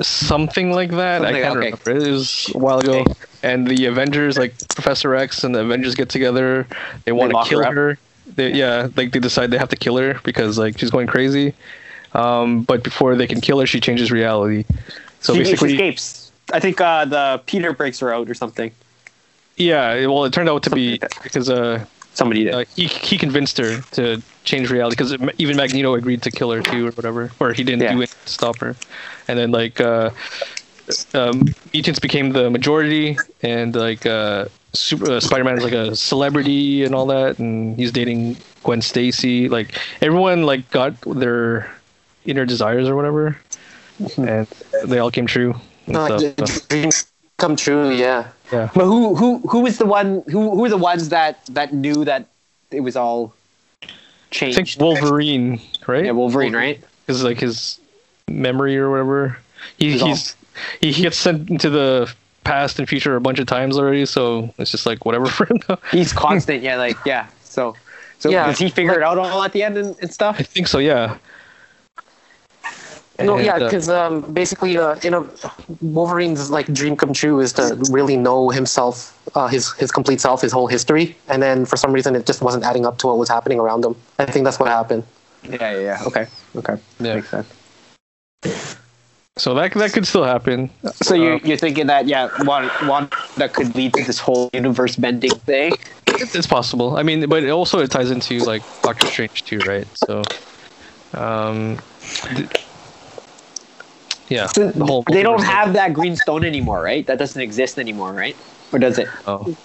C: something like that.
B: Something,
C: I can't
B: okay.
C: remember. It was a while ago.
B: Okay.
C: And the Avengers, like Professor X and the Avengers get together. They want to
B: lock
C: kill
B: her
C: her.
B: up.
C: They, yeah, like they decide they have to kill her because like she's going crazy. Um, but before they can kill her, she changes reality. So
B: she, she
C: basically,
B: escapes. I think uh, the Peter breaks her out or something.
C: yeah. Well, it turned out to be
B: Something like
C: because uh,
B: Somebody did.
C: uh, he he convinced her to change reality because even Magneto agreed to kill her too or whatever, or he didn't
B: Yeah.
C: do it to stop her. And then like uh, um, mutants became the majority, and like uh, Super uh, Spider Man is like a celebrity and all that, and he's dating Gwen Stacy. Like everyone like got their inner desires or whatever,
B: Mm-hmm.
C: and they all came true. and
E: uh,
C: stuff, so,
E: dreams come true. Yeah.
C: yeah.
B: but who who who was the one who who were the ones that that knew that it was all
C: I
B: changed?
C: think Wolverine, right?
B: yeah, Wolverine, right?
C: his like his memory or whatever. He,
B: He's
C: he's, he gets sent into the past and future a bunch of times already, so it's just like whatever *laughs* for him. Now.
B: He's constant. yeah, like yeah. So so
E: Yeah.
B: does he figure it out all at the end and, and stuff?
C: I think so, yeah.
E: No,
C: And,
E: yeah,
C: uh,
E: because um, basically, uh, you know, Wolverine's like dream come true is to really know himself, uh, his his complete self, his whole history, and then for some reason it just wasn't adding up to what was happening around him. I think that's what happened.
B: Yeah, yeah, yeah. Okay, okay,
C: yeah.
B: makes sense.
C: So that that could still happen.
B: So you're,
C: Um,
B: you're thinking that yeah, one one that could lead to this whole universe bending thing.
C: It's, it's possible. I mean, but it also it ties into like Doctor Strange too, right? So, um, th- yeah,
B: So
C: the whole
B: they don't
C: multiverse
B: have that green stone anymore, right? That doesn't exist anymore, right? Or does it?
C: thing. Oh.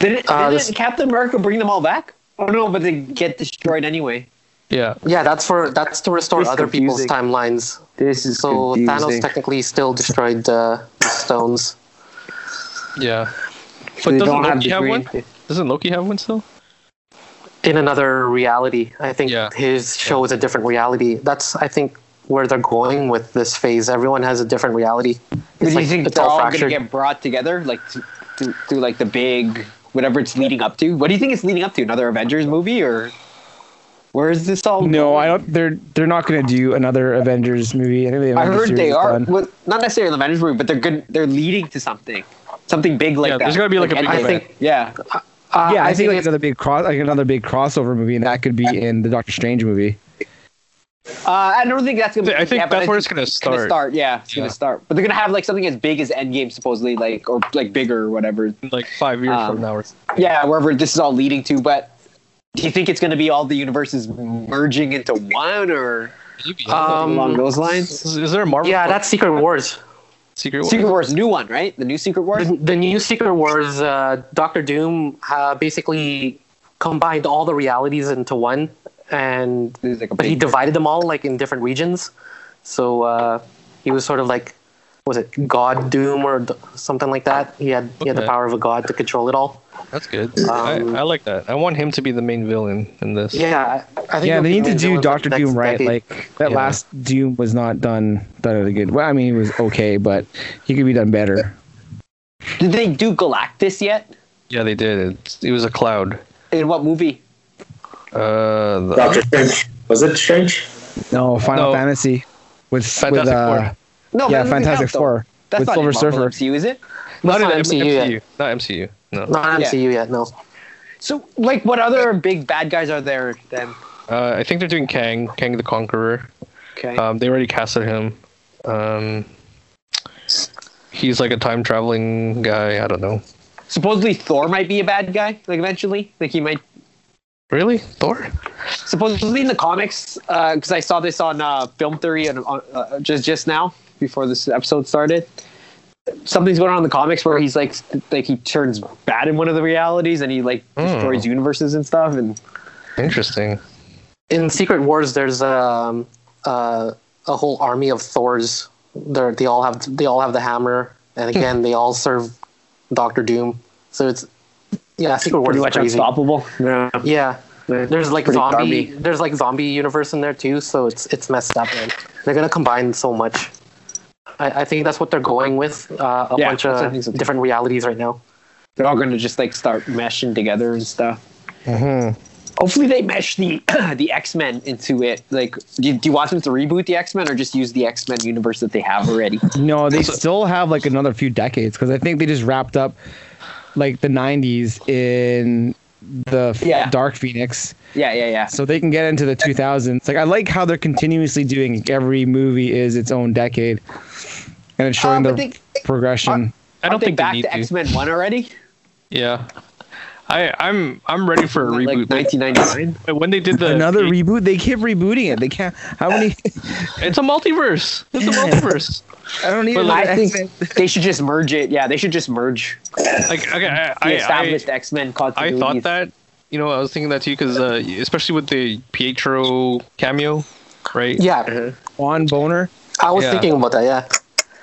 B: Did it,
E: Uh,
B: didn't
E: this-
B: Captain America bring them all back? Oh no, but they get destroyed anyway.
C: Yeah,
E: Yeah, that's for that's to restore
B: It's
E: other people's
B: confusing.
E: timelines.
B: This is
E: So Thanos technically still destroyed uh, the stones.
C: yeah. But doesn't Loki have, one? Doesn't Loki have one still?
E: in another reality. I think
C: Yeah.
E: his show is a different reality. That's I think where they're going with this phase. Everyone has a different reality.
B: Do you
E: like
B: think
E: it's
B: they're
E: all
B: all going to
E: fractured.
B: get brought together, like to, to, to like the big whatever it's leading up to? What do you think it's leading up to? Another Avengers movie, or where is this all?
A: No,
B: going?
A: I don't. They're they're not going to do another Avengers movie. I, think the
B: I
A: Avengers
B: heard
A: series
B: they
A: is
B: are
A: done.
B: well, not necessarily an Avengers movie, but they're good. They're leading to something, something big like
C: Yeah,
B: that.
C: there's gotta be, like, a big
B: I
E: event.
B: think, yeah,
E: Uh,
A: yeah, I, think, like
E: it's-
A: another big cross, like another big crossover movie, and that could be in the Doctor Strange movie.
B: uh, I don't think that's gonna.
C: I think
B: yeah, but
C: that's
B: think
C: where it's gonna
B: gonna
C: start.
B: start. Yeah, it's
C: Yeah.
B: gonna start. But they're gonna have like something as big as Endgame, supposedly, like or like bigger or whatever.
C: in, Like five years
B: Um,
C: from now, or
B: Yeah, wherever this is all leading to. But do you think it's gonna be all the universes merging into one, or
C: maybe.
E: Um,
B: along those lines?
C: Uh, Is, is there a Marvel?
E: yeah, that's Secret Wars.
C: Secret War.
B: Secret Wars, new one, right? The new Secret Wars.
E: The, the new Secret Wars, uh, Doctor Doom uh, basically combined all the realities into one, and
B: There's like a
E: but he
B: big-
E: divided them all like in different regions. So uh, he was sort of like, was it God Doom or d- something like that? He had he had the
C: Okay.
E: power of a god to control it all.
C: That's good.
E: Um,
C: I, I like that. I want him to be the main villain in this.
E: Yeah, I I think
A: yeah,
E: it'll
A: they
E: be
A: need to
E: Ninja
A: do
E: Warrior
A: Doctor
E: next
A: Doom right.
E: decade.
A: Like that
C: Yeah.
A: last Doom was not done done really good. Well, I mean, it was okay, but he could be done better.
B: Did they do Galactus yet?
C: Yeah, they did. It, it was a cloud.
B: In what movie?
C: Uh, the-
D: Doctor Strange. Was it Strange?
A: No, Final
C: No.
A: Fantasy with with
C: Fantastic
A: uh,
C: Four.
B: No,
A: yeah,
B: that doesn't
A: Fantastic
B: count, though.
A: Four
B: That's
A: with
B: not
A: Silver
B: in Marvel
A: Surfer.
B: MCU, is it?
C: Not,
E: not
C: in M-
E: MCU
C: MCU.
E: yet.
C: Not MCU. No.
E: not MCU yet. No,
B: So, like, what other big bad guys are there then?
C: Uh, I think they're doing Kang, Kang the Conqueror.
B: Okay.
C: Um, they already casted him. Um, he's like a time traveling guy. I don't know.
B: Supposedly Thor might be a bad guy, like eventually. Like he might.
C: Really, Thor?
B: Supposedly in the comics, because I saw this on uh, Film Theory and on, uh, just just now before this episode started. Something's going on in the comics where he's like, like he turns bad in one of the realities and he like destroys universes and stuff. And
C: Interesting.
E: in Secret Wars, there's um, uh, a whole army of Thors They're, they all have they all have the hammer, and
F: Hmm.
E: again they all serve Doctor Doom. So it's yeah, Secret War
F: Pretty
E: is
F: much
E: crazy.
F: unstoppable. Yeah.
E: Yeah, there's like
F: Pretty
E: zombie
F: garby.
E: there's like zombie universe in there too. So it's it's messed up. Man. They're gonna combine so much. I, I think that's what they're going with uh, a
B: Yeah,
E: bunch
B: that's what I
E: of
B: think so too.
E: different realities right now.
B: They're all gonna just like start meshing together and stuff.
A: Mhm.
B: Hopefully they mesh the *clears throat* the X Men into it. Like, do you, do you want them to reboot the X Men or just use the X Men universe that they have
C: *laughs*
B: already?
A: No, they still have like another few decades because I think they just wrapped up like the 90s in the f-
B: Yeah.
A: Dark Phoenix,
B: Yeah, yeah, yeah.
A: so they can get into the 2000s. Like I like how they're continuously doing every movie is its own decade, and it's showing
B: Um,
A: the
B: but they-
A: progression.
C: I don't
B: Aren't they
C: think
B: back
C: they need
B: to
C: to.
B: X Men One already?
C: Yeah, I, I'm I'm ready for a
B: Like
C: *laughs* reboot. Like, *laughs*
B: 1999.
C: when they did the
A: another reboot. They keep rebooting it. They can't. How many?
C: it's a multiverse. It's a multiverse.
A: I don't need.
C: But,
A: another
C: like,
B: I think
A: X-Men.
B: they should just merge it. Yeah, they should just merge
C: Like okay, I,
B: *laughs* the
C: I, I,
B: established X Men
C: I
B: continuity.
C: thought that. You know, I was thinking that too because uh, especially with the Pietro cameo, right?
E: Yeah,
A: Juan Boner.
E: I was
C: Yeah.
E: thinking about that. Yeah,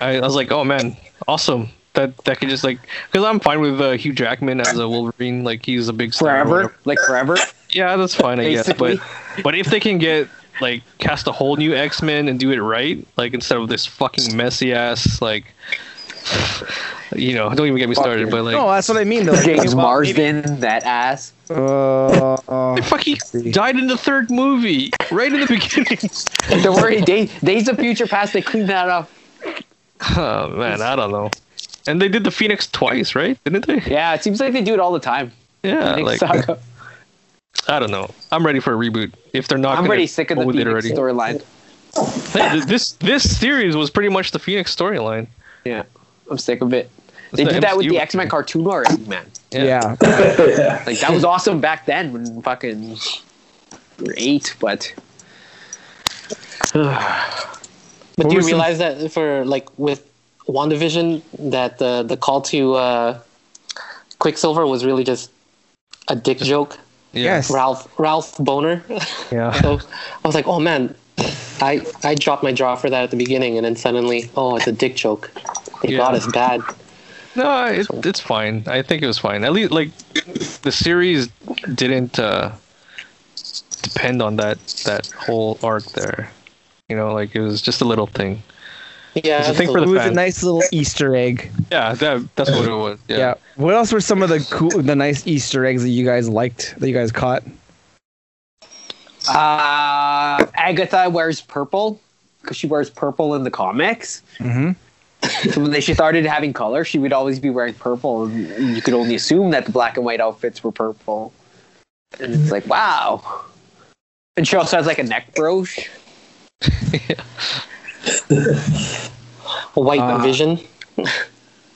C: I, I was like, oh man, awesome. That that could just like because I'm fine with uh, Hugh Jackman as a Wolverine. Like he's a big star. or
B: forever,
C: whatever.
B: like
C: *laughs*
B: forever.
C: Yeah, that's fine. I
B: Basically.
C: guess. But but if they can get like cast a whole new X Men and do it right, like instead of this fucking messy ass like. You know, don't even get me started. But like,
A: no, that's what I mean. Though.
B: James
A: Well,
B: Marsden, that ass.
A: Uh,
C: *laughs*
A: uh,
C: fuck, he died in the third movie, right in the beginning. *laughs*
B: Don't worry, *laughs* Day, Days of Future Past. They cleaned that up.
C: Oh man, I don't know. And they did the Phoenix twice, right? Didn't they?
B: Yeah, it seems like they do it all the time.
C: Yeah,
B: Nick
C: like
B: Saga.
C: I don't know. I'm ready for a reboot. If they're not,
B: I'm
C: gonna
B: pretty sick of
C: go
B: the
C: with it
B: Phoenix
C: already.
B: storyline.
C: Hey, th- this this series was pretty much the Phoenix storyline.
B: Yeah, I'm sick of it.
C: It's
B: they
C: the
B: did that with
C: MCU.
B: the X Men cartoon already, man.
A: yeah.
D: yeah.
B: Like
C: *laughs*
B: that was awesome back then when fucking we were eight, but
E: but
A: What
E: do you
A: was the-
E: realize that for like with WandaVision, that the the call to uh, Quicksilver was really just a dick joke.
C: Yeah.
A: Yes.
E: Ralph Ralph Boner.
A: Yeah.
E: *laughs* So I was like, oh man, I I dropped my jaw for that at the beginning, and then suddenly, oh, it's a dick joke. They
C: Yeah.
E: got us bad.
C: No, it, it's fine. I think it was fine. At least like the series didn't uh, depend on that that whole arc there. You know, like it was just a little thing.
E: Yeah,
C: It's a thing for
A: It
C: the
E: absolutely.
A: was a
C: fans.
A: nice little Easter egg.
C: Yeah, that that's what it was. Yeah.
A: Yeah. What else were some of the cool, the nice Easter eggs that you guys liked that you guys caught?
B: uh, Agatha wears purple because she wears purple in the comics.
A: Mm-hmm.
B: So when they, she started having color, she would always be wearing purple. And you could only assume that the black and white outfits were purple. And it's like, wow. And she also has like a neck brooch.
E: White
A: Uh,
E: Vision.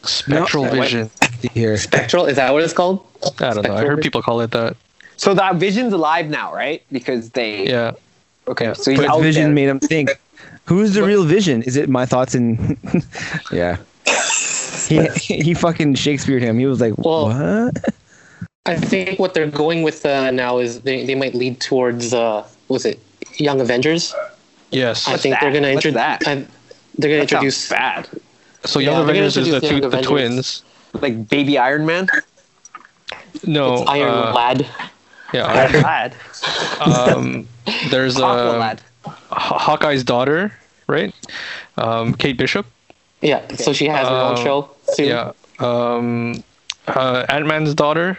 C: Spectral
A: No, wait.
C: vision.
A: Here.
E: Spectral is that what it's called?
C: I don't know. I
E: Spectral
C: heard
E: vision.
C: people call it that.
B: So that vision's alive now, right? Because they.
C: Yeah.
B: Okay. So he's
A: But
B: out
A: Vision
B: there.
A: made him think. Who's the real Vision? Is it my thoughts and? *laughs* yeah. He, *laughs* he fucking Shakespeare'd him. He was like,
E: Well-
A: what?
E: I think what they're going with uh, now is they, they might lead towards uh, was it Young Avengers?
C: Yes.
E: I think
B: that?
E: they're gonna
B: What's
E: introduce.
B: that?
E: They're gonna
B: That sounds
E: introduce.
B: bad.
C: So
E: Yeah,
C: Young
E: they're gonna
C: Avengers is the,
E: introduce
C: two,
E: Young
C: the
E: Avengers.
C: twins.
B: Like baby Iron Man.
C: No.
E: It's Iron
C: uh,
E: Lad.
C: Yeah.
B: Iron *laughs* Lad.
C: Um,
E: *laughs*
C: there's
B: Aqua
C: uh,
B: Lad.
C: Haw- Hawkeye's daughter, right? Um, Kate Bishop.
E: Yeah. So she has her own
C: Um,
E: show soon.
C: Yeah. Um, uh, Ant Man's daughter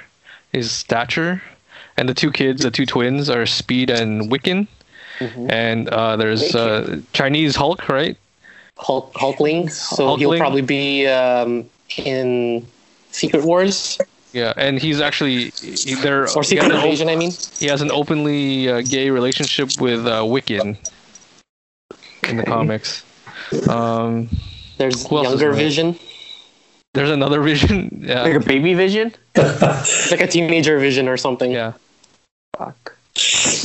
C: is Stature, and the two kids, the two twins, are Speed and Wiccan. And uh, there's uh, Chinese Hulk, right?
E: Hulk, Hulkling. So he'll
C: Hulkling.
E: probably be um, in Secret Wars
C: Yeah, and he's actually he- they're
E: or
C: he has
E: Secret
C: an op-
E: Invasion. I mean,
C: he has an openly uh, gay relationship with uh, Wiccan in the comics. Um,
E: there's
C: Who else is
E: Younger
C: in it?
E: Vision,
C: there's another *laughs* Vision.
B: um, Like
C: Yeah,
B: a baby Vision.
E: It's like a teenager Vision or something.
C: yeah.
B: Fuck.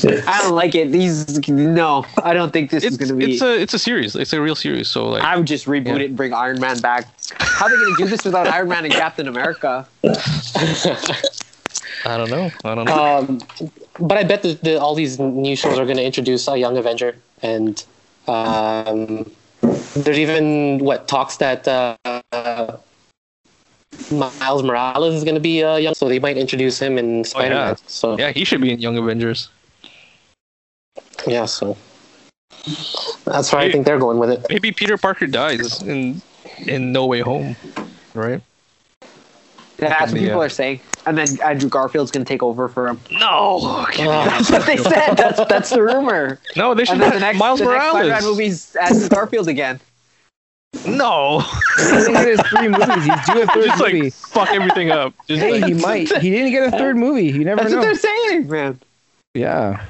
B: I don't like it. These no, I don't think this
C: It's,
B: is gonna be.
C: it's a it's a series. It's a real series. So like,
B: I would just reboot
C: Yeah.
B: it and bring Iron Man back. How are they gonna do this without Iron Man and Captain America?
C: I don't know. I don't know.
E: Um, but I bet that the, all these new shows are going to introduce a Young Avenger and um, there's even what talks that uh, uh, Miles Morales is going to be uh, young, so they might introduce him
C: Oh,
E: in Spider-Man. So
C: Yeah, he should be in Young Avengers.
E: yeah, so that's where I
C: Hey.
E: think they're going with it.
C: Maybe Peter Parker dies in in No Way Home, right?
B: That's what
C: Yeah.
B: people are saying. And then Andrew Garfield's gonna take over for
C: *laughs*
B: him.
C: No,
E: Ugh.
B: That's what they said. That's that's the rumor.
C: Uh, no, they should
B: And then the
C: have
B: next,
C: Miles
B: the next Spider-Man
C: Morales.
B: movie's Andrew Garfield again. *laughs*
C: No,
A: I think there's three movies. He's due a third
C: just like
A: movie.
C: fuck everything up. Just
A: hey,
C: *laughs* like,
A: he might. He didn't get a third movie. You never
B: That's what
A: know.
B: they're saying, man.
A: Yeah.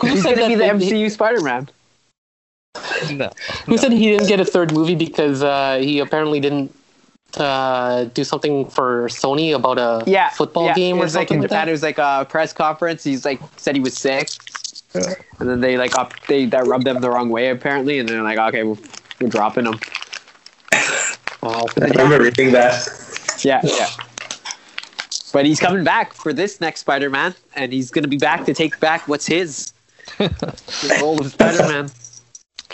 E: Who
B: He's
E: said
B: gonna
E: that
B: be the
E: they-
B: MCU Spider-Man.
C: no.
E: Who said he didn't get a third movie because uh, he apparently didn't uh, do something for Sony about a
B: Yeah,
E: football
B: yeah.
E: game
B: It
E: or
B: was, like
E: something
B: in
E: like
B: Japan.
E: that?
B: It was like a press conference. He's like said he was sick, and then they like up, they that rubbed them the wrong way apparently, and they're like, okay, we're, we're dropping him.
E: Wow.
D: I remember reading that.
B: Yeah, yeah. But he's coming back for this next Spider-Man, and he's gonna be back to take back what's his. the role of Spider-Man.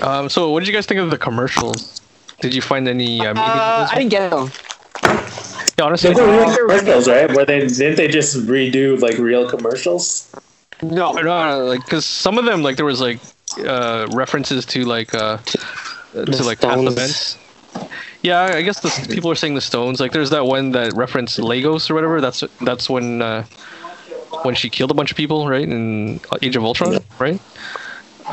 C: Um, so what did you guys think of the commercials? Did you find any? Uh, meaning to
B: Uh,
C: this
B: I
C: one?
B: didn't get them.
C: Yeah, honestly,
D: They were
C: no,
D: real commercials, right? Where they didn't they just redo like real commercials?
B: No,
C: no, no, like because some of them, like there was like uh, references to like uh, to like past
E: Stones.
C: events. Yeah, I guess the s- people are saying the Stones. Like, there's that one that referenced Legos or whatever. That's that's when uh, when she killed a bunch of people, right? In uh, Age of Ultron, right?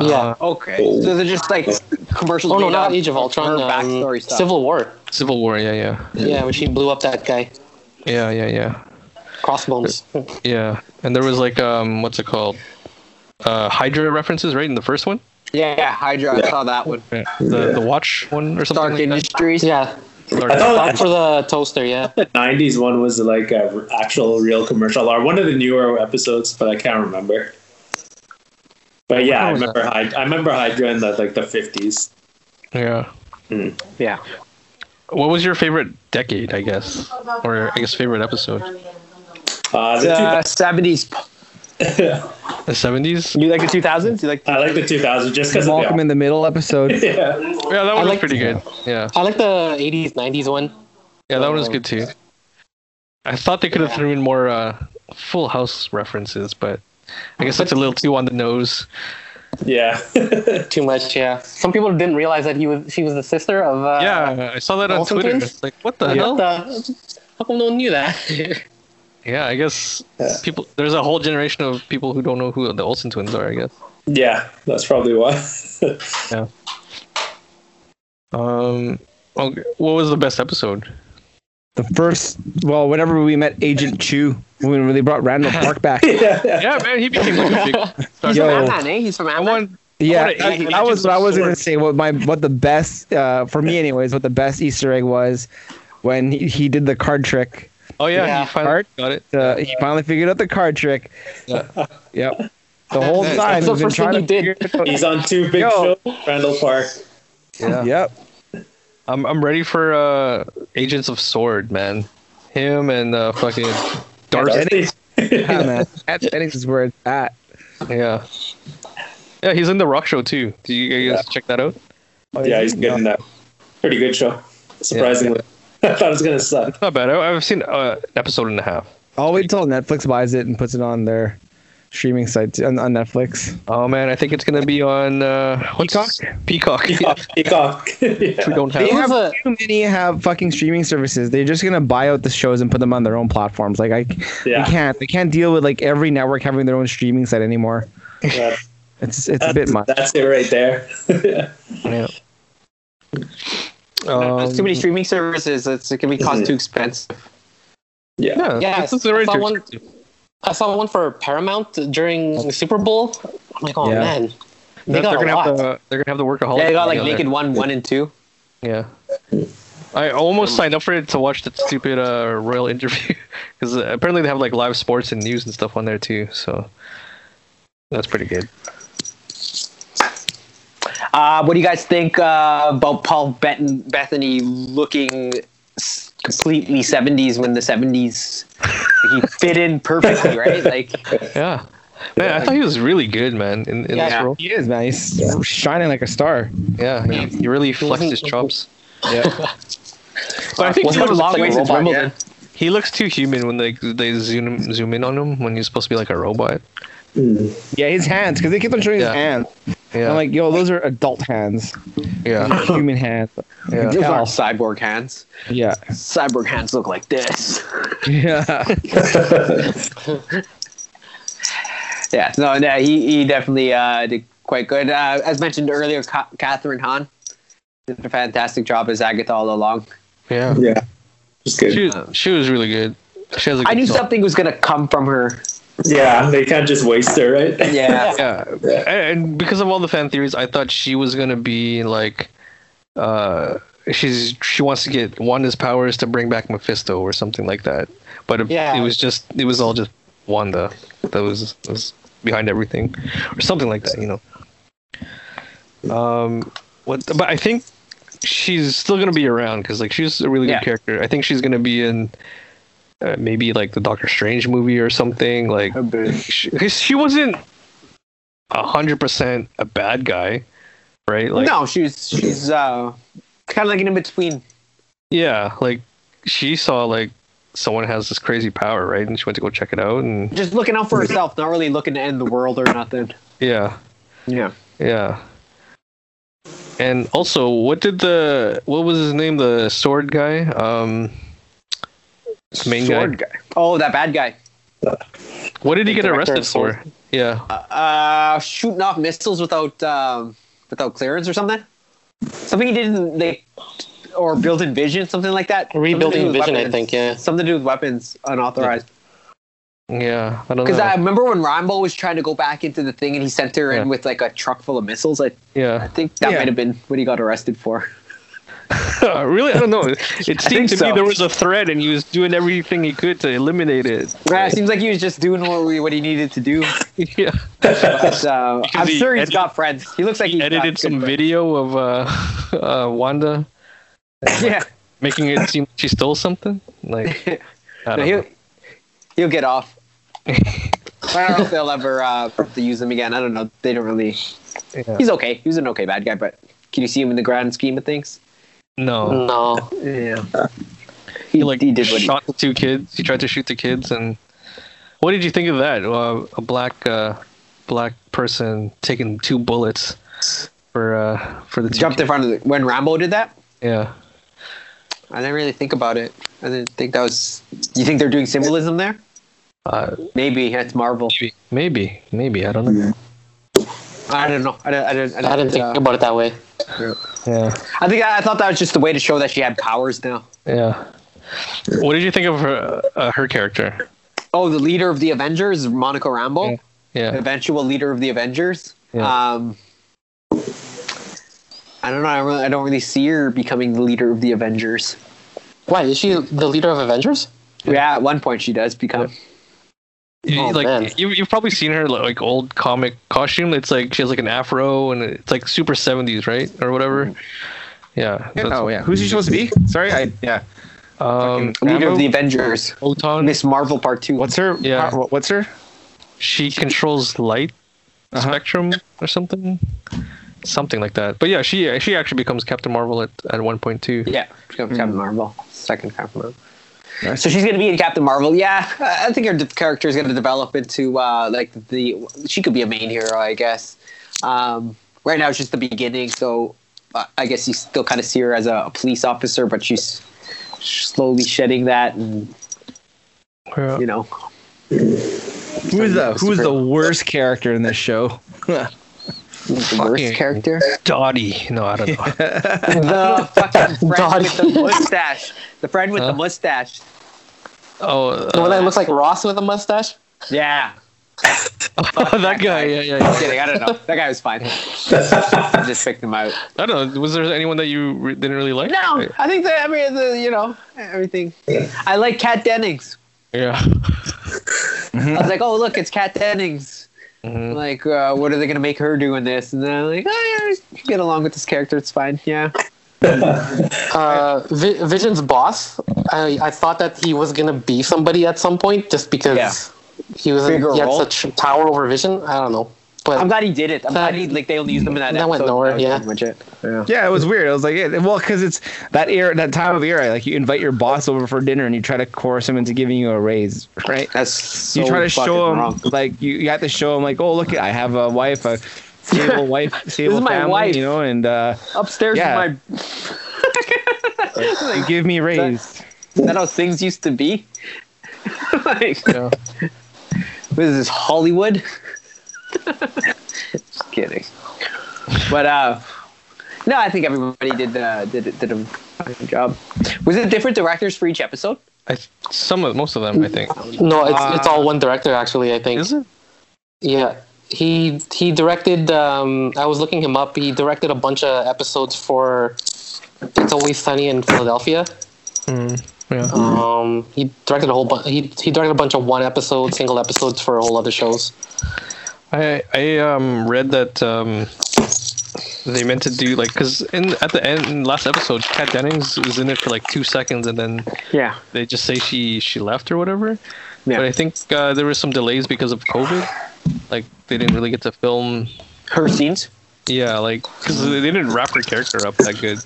E: Yeah.
B: Okay. So they're just like commercials.
E: Oh no,
B: made
E: not
B: up
E: Age of
B: for
E: Ultron.
B: Her
E: um,
B: backstory stuff.
E: Civil War.
C: Civil War. Yeah, yeah,
E: Yeah, when she blew up that guy.
C: yeah, yeah, yeah,
E: Crossbones.
C: yeah. And there was like um, what's it called? Uh, Hydra references, right? In the first one,
B: yeah, yeah, Hydra. I saw that one.
C: yeah. the
D: Yeah.
C: the Watch one or something.
B: Dark
C: like that.
B: Industries.
E: yeah.
C: Dark-
D: I
E: Bob
D: thought
E: for the toaster, yeah.
D: the '90s one was like a r- actual real commercial, or one of the newer episodes, but I can't remember. But yeah, I
C: What was
D: remember Hydra. I remember Hydra in the like the '50s.
C: yeah.
B: Yeah.
C: What was your favorite decade, I guess? Or I guess favorite episode?
D: Uh, the
B: The seventies.
D: 2000s.
C: The 70s?
B: You like the two thousands? You like?
D: I like the 2000s just because
A: Malcolm in the Middle episode.
D: *laughs* yeah.
C: Yeah, that one was
E: like-
C: pretty good. Yeah.
E: I like the 80s, 90s one.
C: Yeah, that one was good too. I thought they could have thrown in more uh, Full House references, but I guess that's a little too on the nose.
D: yeah. *laughs*
E: Too much, yeah. Some people didn't realize that he was she was the sister of. Uh,
C: yeah, I saw that on
E: Olsen
C: Twitter.
E: twins?
C: It's like, what the
E: What
C: hell?
E: the? How come no one knew that? *laughs*
C: Yeah, I guess people. There's a whole generation of people who don't know who the Olsen twins are. I guess.
D: yeah, that's probably why. *laughs*
C: Um. Okay. What was the best episode?
A: The first, well, whenever we met Agent Chu, when they brought Randall Park
C: *laughs*
A: back.
D: yeah.
C: Yeah, man, he became like a *laughs* big. star.
A: Yo.
B: Ant-Man, eh? He's from
C: I
B: Ant-Man.
C: want
A: Yeah,
C: I wanna eat
A: that was
C: Agents
A: what I
C: of
A: was gonna
C: Sword.
A: say. What my what the best uh, for me, anyways, what the best Easter egg was when he, he did the card trick.
C: Oh yeah,
E: Yeah.
C: he finally
A: Art?
C: got it.
A: Uh, he finally figured out the card trick.
C: Yeah.
A: Yep. The whole
C: That's
A: time
E: the
A: he's been
E: first thing
A: trying to
E: he did.
A: figure it out.
D: He's on two big
A: Yo.
D: shows, Randall Park.
C: Yeah.
A: Yep.
C: I'm I'm ready for uh Agents of Sword, man. Him and uh fucking Darcy.
D: Darcy.
A: Yeah, man. That Phoenix is where it's at.
C: Yeah. Yeah, he's in the rock show too. Do you guys check that out?
A: Oh,
D: yeah, he's good in that. Pretty good show. Surprisingly. *laughs* I thought it was going to suck.
C: Not bad. I, I've seen uh, an episode and a half.
A: I'll wait till Netflix buys it and puts it on their streaming site on, on Netflix.
C: Oh man, I think it's gonna be on uh what's
A: Peacock?
C: Peacock.
D: Peacock. Peacock. *laughs* yeah.
C: we
E: *laughs*
C: don't have.
A: They
E: Who's
A: have
E: a-
A: too many have fucking streaming services. They're just gonna buy out the shows and put them on their own platforms. Like I,
D: Yeah.
A: they can't. They can't deal with like every network having their own streaming site anymore.
D: That-
A: It's it's a
D: that's,
A: bit much.
D: that's it right there. *laughs*
C: Yeah.
B: There's too
C: Um,
B: many streaming services. It's, it can be cost too expensive.
D: yeah.
C: Um, Yeah,
E: Yeah,
C: this is the right
E: I saw
C: to-
E: one- I saw one for Paramount during the Super Bowl. I'm like, oh
A: Yeah.
E: man, they
C: They're
E: got a
C: gonna
E: lot.
C: have the they're gonna have the workaholic.
B: Yeah, they got like
C: together.
B: Naked One, One and Two.
C: Yeah. I almost signed up for it to watch that stupid uh, royal interview *laughs* because uh, apparently they have like live sports and news and stuff on there too. So that's pretty good.
B: Uh, what do you guys think uh, about Paul Bet- Bethany looking s- completely *laughs* seventies when the seventies he fit in perfectly, right? Like
C: Yeah. Man, I thought he was really good, man, in, in this
B: Yeah.
C: role.
A: He is, man. He's shining like a star.
C: Yeah, he, he really flexed his chops.
A: Yeah.
C: But I
B: Well,
C: think he
B: he was
C: looks,
B: a long
C: too,
B: way since Wimbledon.
C: he looks too human when they they zoom zoom in on him when he's supposed to be like a robot.
A: yeah, his hands, because they keep on showing
C: Yeah.
A: his hands.
C: Yeah,
A: I'm like, yo, those are adult *laughs* hands.
C: yeah,
A: Those are human hands.
C: yeah.
B: Those
A: Yeah.
B: aren't cyborg hands.
A: Yeah.
B: Cyborg hands look like this.
A: Yeah.
B: *laughs*
A: *laughs*
B: Yeah, no, no, he, he definitely uh, did quite good. Uh, as mentioned earlier, Ca- Catherine Hahn did a fantastic job as Agatha all along.
C: yeah.
D: Yeah, just good.
C: She, was- she was really good. She has a good
B: I knew
C: soul.
B: something was going to come from her.
D: Yeah, they can't just waste her, right?
B: *laughs* Yeah.
C: Yeah,
D: Yeah.
C: and and because of all the fan theories, I thought she was gonna be like, uh, she's she wants to get Wanda's powers to bring back Mephisto or something like that. But it,
B: Yeah.
C: it was just it was all just Wanda that was was behind everything, or something like that, you know. Um, what? But I think she's still gonna be around because like she's a really good
B: Yeah.
C: character. I think she's gonna be in. Uh, maybe like the Doctor Strange movie or something like she, 'cause she wasn't a hundred percent a bad guy, right? Like,
B: no, she's she's uh, kind of like an in between.
C: yeah, like she saw like someone has this crazy power, right? And she went to go check it out, and
B: Just looking out for herself, not really looking to end the world or nothing.
C: yeah,
B: Yeah.
C: yeah. And also, what did the what was his name? The sword guy, um, the main
B: Sword
C: guy.
B: Oh, that bad guy.
C: What did he get
E: Director of
C: arrested
E: Sword.
C: for? Yeah,
B: Uh, shooting off missiles without um, without clearance or something. Something he didn't like, or building vision, something like that. Something to do
E: Rebuilding
B: with
E: Vision, I
B: weapons.
E: think, yeah.
B: Something to do with weapons, unauthorized.
C: yeah. I don't know.
B: Because I remember when Rambo was trying to go back into the thing and he sent her
C: Yeah.
B: in with like a truck full of missiles. I
C: yeah, *laughs*
B: think that
A: Yeah.
B: might have been what he got arrested for.
C: really, I
B: *laughs*
C: don't know. It seemed
B: think
C: to me
B: so.
C: there was a threat, and he was doing everything he could to eliminate it. *laughs*
B: Yeah, it seems like he was just doing what, we, what he needed to do.
C: yeah.
B: But, uh,
C: *laughs* Because
B: I'm
C: he
B: sure he's
C: edit-
B: got friends. He looks like he
C: edited some video of uh, *laughs* uh, Wanda
B: Yeah,
C: making it seem she stole something. Like, I
B: *laughs* No,
C: don't
B: he'll
C: know.
B: he'll get off. *laughs* I don't know if they'll ever uh, to use him again. I don't know. They don't really.
C: Yeah.
B: He's okay. He was an okay bad guy, but can you see him in the grand scheme of things?
C: no,
E: No.
B: Yeah. He,
C: he like
B: Mm, he did what he
C: shot the two kids. He tried to shoot the kids, and what did you think of that? Uh, a black uh, black person taking two bullets for uh, for the two
B: jumped in front of the, when Rambo did that.
C: kids. Yeah,
B: I didn't really think about it. I didn't think that was. You think they're doing symbolism there?
C: uh,
B: Maybe that's Marvel.
C: maybe, maybe, maybe. I don't know.
B: I don't know. I don't. I don't. I, don't,
E: I didn't think
B: uh,
E: about it that way.
C: Yeah,
B: I think I, I thought that was just the way to show that she had powers now.
C: yeah. What did you think of her uh, her character?
B: Oh, the leader of the Avengers, Monica Rambo,
C: Yeah. Yeah,
B: eventual leader of the Avengers.
C: Yeah.
B: Um, I don't know. I, really, I don't really see her becoming the leader of the Avengers.
E: Why? Is she the leader of Avengers?
B: Yeah, at one point she does become.
C: You-
E: Oh, man.
C: like you, you've probably seen her like old comic costume. It's like she has like an afro and it's like super seventies, right, or whatever. Yeah. that's-
A: Oh yeah. Who's he supposed to be? Sorry, I yeah.
C: Um,
B: Leader
A: Rambo?
B: of the Avengers,
C: Photon.
B: Miss Marvel Part Two.
A: What's her?
C: Yeah.
A: pow- What's her?
C: She controls light
A: Uh-huh.
C: spectrum or something, something like that. But yeah, she she actually becomes Captain Marvel at at one point too.
B: Yeah, becomes
C: Hmm.
B: Captain Marvel, second Captain Marvel. So she's going to be in Captain Marvel. Yeah, I I think her de- character is going to develop into uh, like the she could be a main hero, I guess. Um, right now, it's just the beginning, so uh, I guess you still kind of see her as a, a police officer, but she's slowly shedding that, and
C: Yeah.
B: you know,
A: Who's the Who's the worst character in this show?
B: the
C: Fucking-
B: worst character,
C: *laughs* Dottie. No, I don't know.
B: the fucking friend
E: Dottie.
B: with the mustache, the friend with
C: Huh?
B: the mustache.
C: Oh,
E: The
C: uh,
E: one that looks like Ross with a mustache?
B: Yeah,
C: that guy. uh, Yeah, yeah, yeah.
B: kidding. I don't know. That guy was fine. I just picked him out.
C: I don't know. Was there anyone that you re- didn't really like?
B: No, I think that I mean, the, you know, everything. I like Kat Dennings.
C: Yeah.
B: I was like, oh look, it's Kat Dennings.
C: Mhm.
B: Like, uh, what are they gonna make her do in this? And then I'm like, oh, yeah, get along with this character. It's fine. Yeah.
E: Uh, Vi- Vision's boss, I, I thought that he was going to be somebody at some point just because he was
B: Bigger
E: he had
B: role?
E: such power over Vision. I don't know, but
B: I'm glad he did it. I'm
E: That-
B: glad he like they only used him in that.
E: that went
B: episode.
E: nowhere,
B: was
E: yeah.
B: pretty much it. Yeah.
A: Yeah, it was weird. I was like, yeah, well, because it's that era, that time of era. Like you invite your boss over for dinner and you try to coerce him into giving you a raise, right?
B: That's so
A: you try to
B: fucking
A: show him
B: wrong.
A: like you, you have to show him like, oh look, I have a wife, a
B: *laughs*
A: stable wife, stable
B: is my
A: family,
B: wife.
A: you know, and uh,
B: upstairs
A: Yeah.
B: is my like,
A: give me a raise.
B: is that how things used to be *laughs* like
E: Yeah.
B: what is this hollywood just kidding but uh no i think everybody did uh did did a fine job was it different directors for each episode
C: I, some of most of them, I think.
E: no, it's it's all one director actually. I think.
C: Is it?
E: Yeah, he he directed. Um, I was looking him up. He directed a bunch of episodes for "It's Always Sunny in Philadelphia." Mm,
C: yeah.
E: Um, he directed a whole bunch. He he directed a bunch of one episode, single episodes for whole other shows.
C: I I um read that um they meant to do like because in at the end in last episode Kat Dennings was in it for like two seconds and then
B: yeah
C: they just say she she left or whatever.
B: Yeah.
C: But I think uh, there was some delays because of COVID. Like they didn't really get to film.
B: her scenes
C: Yeah, like because they didn't wrap her character up that good.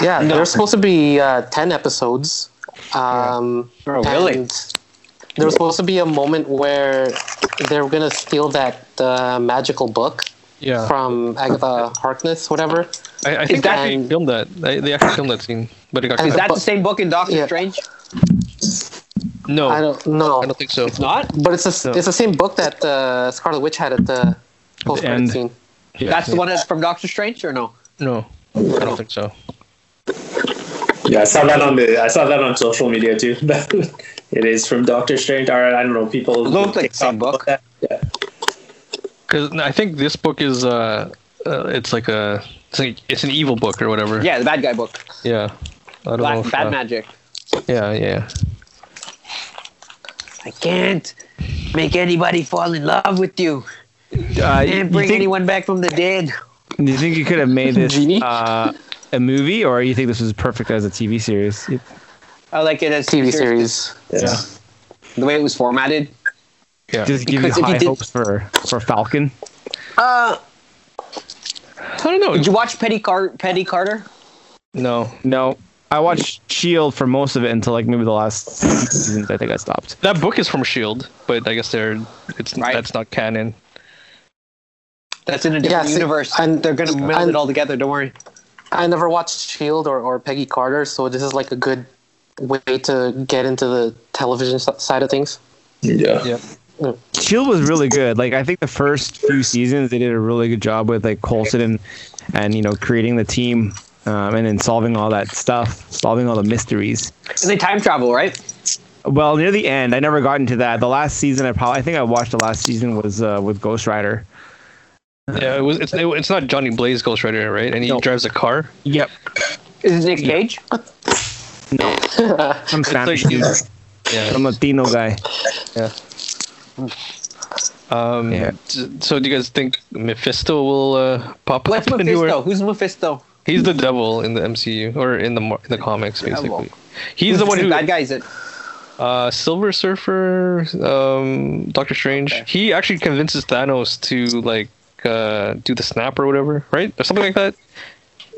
E: Yeah, there were supposed to be uh, ten episodes. Um,
B: Oh, really?
E: and There was supposed to be a moment where they were gonna steal that uh, magical book
C: Yeah,
E: from Agatha Harkness, whatever.
C: I, I think
B: that-
C: they filmed that. They, they actually filmed that scene, but it got
E: Is
B: is
C: cut.
B: that the same book in doctor
E: Yeah.
B: strange
C: no.
E: I don't know.
C: Oh. I don't think so.
B: it's not
E: But it's a, it's the same book that uh, Scarlet Witch had at the post credit
A: end.
E: scene.
C: Yeah,
B: that's the one that's from doctor strange or no
C: No, I don't think so.
D: *laughs* Yeah, I saw that on the I saw that on social media too. *laughs* it is from Doctor Strange. All right, I don't know. People
B: Looked like the same book.
D: Yeah.
C: Because I think this book is uh, uh it's like a it's, like, it's an evil book or whatever.
B: yeah the bad guy book
C: Yeah. I don't know.
B: black
C: if,
B: bad
C: uh,
B: magic
C: Yeah, yeah.
B: i can't make anybody fall in love with you
A: Uh, you,
B: and bring
A: think,
B: anyone back from the dead
A: do you think you could have made this
E: Genie?
A: uh, a movie, or you think this was perfect as a TV series?
B: I like it as
E: TV series.
D: yeah.
B: The way it was formatted.
C: Yeah.
A: Just give
B: Because if
A: you
B: you
A: high
B: did-
A: hopes for for Falcon.
B: Uh,
C: I don't know.
B: did you watch Petty Car- Petty Carter?
C: no.
A: No, I watched Shield for most of it until like maybe the last seasons. I think I stopped.
C: That book is from Shield, but I guess they're it's
B: Right.
C: that's not canon.
B: That's in a different
E: Yeah, see,
B: universe,
E: and-
B: and they're gonna meld
E: and-
B: it all together. Don't worry.
E: I never watched Shield or, or Peggy Carter, so this is like a good way to get into the television s- side of things.
D: Yeah.
C: Yeah.
A: Shield E was really good. Like I think the first few seasons they did a really good job with like Colson and and you know creating the team um, and then solving all that stuff, solving all the mysteries.
B: And they time travel, right?
A: Well, near the end, I never got into that. The last season, I probably I think I watched the last season was uh, with Ghost Rider.
C: Yeah, it was it's it, it's not Johnny Blaze Ghost Rider, right? And he
A: No.
C: drives a car.
A: Yep.
B: Is it Nick Cage?
A: I'm
C: It's like
A: Spanish.
C: he- yeah.
A: I'm Latino guy.
C: Um
A: Yeah.
C: t- so do you guys think Mephisto will uh, pop
B: What's Mephisto?
C: up anywhere?
B: Who's Mephisto?
C: He's the devil in the MCU or in the mar- in the comics basically.
B: Devil.
C: He's the one who
B: bad guy is it?
C: Uh, Silver Surfer, um, Doctor Strange. He actually convinces Thanos to like uh, do the snap or whatever, right, or something like that.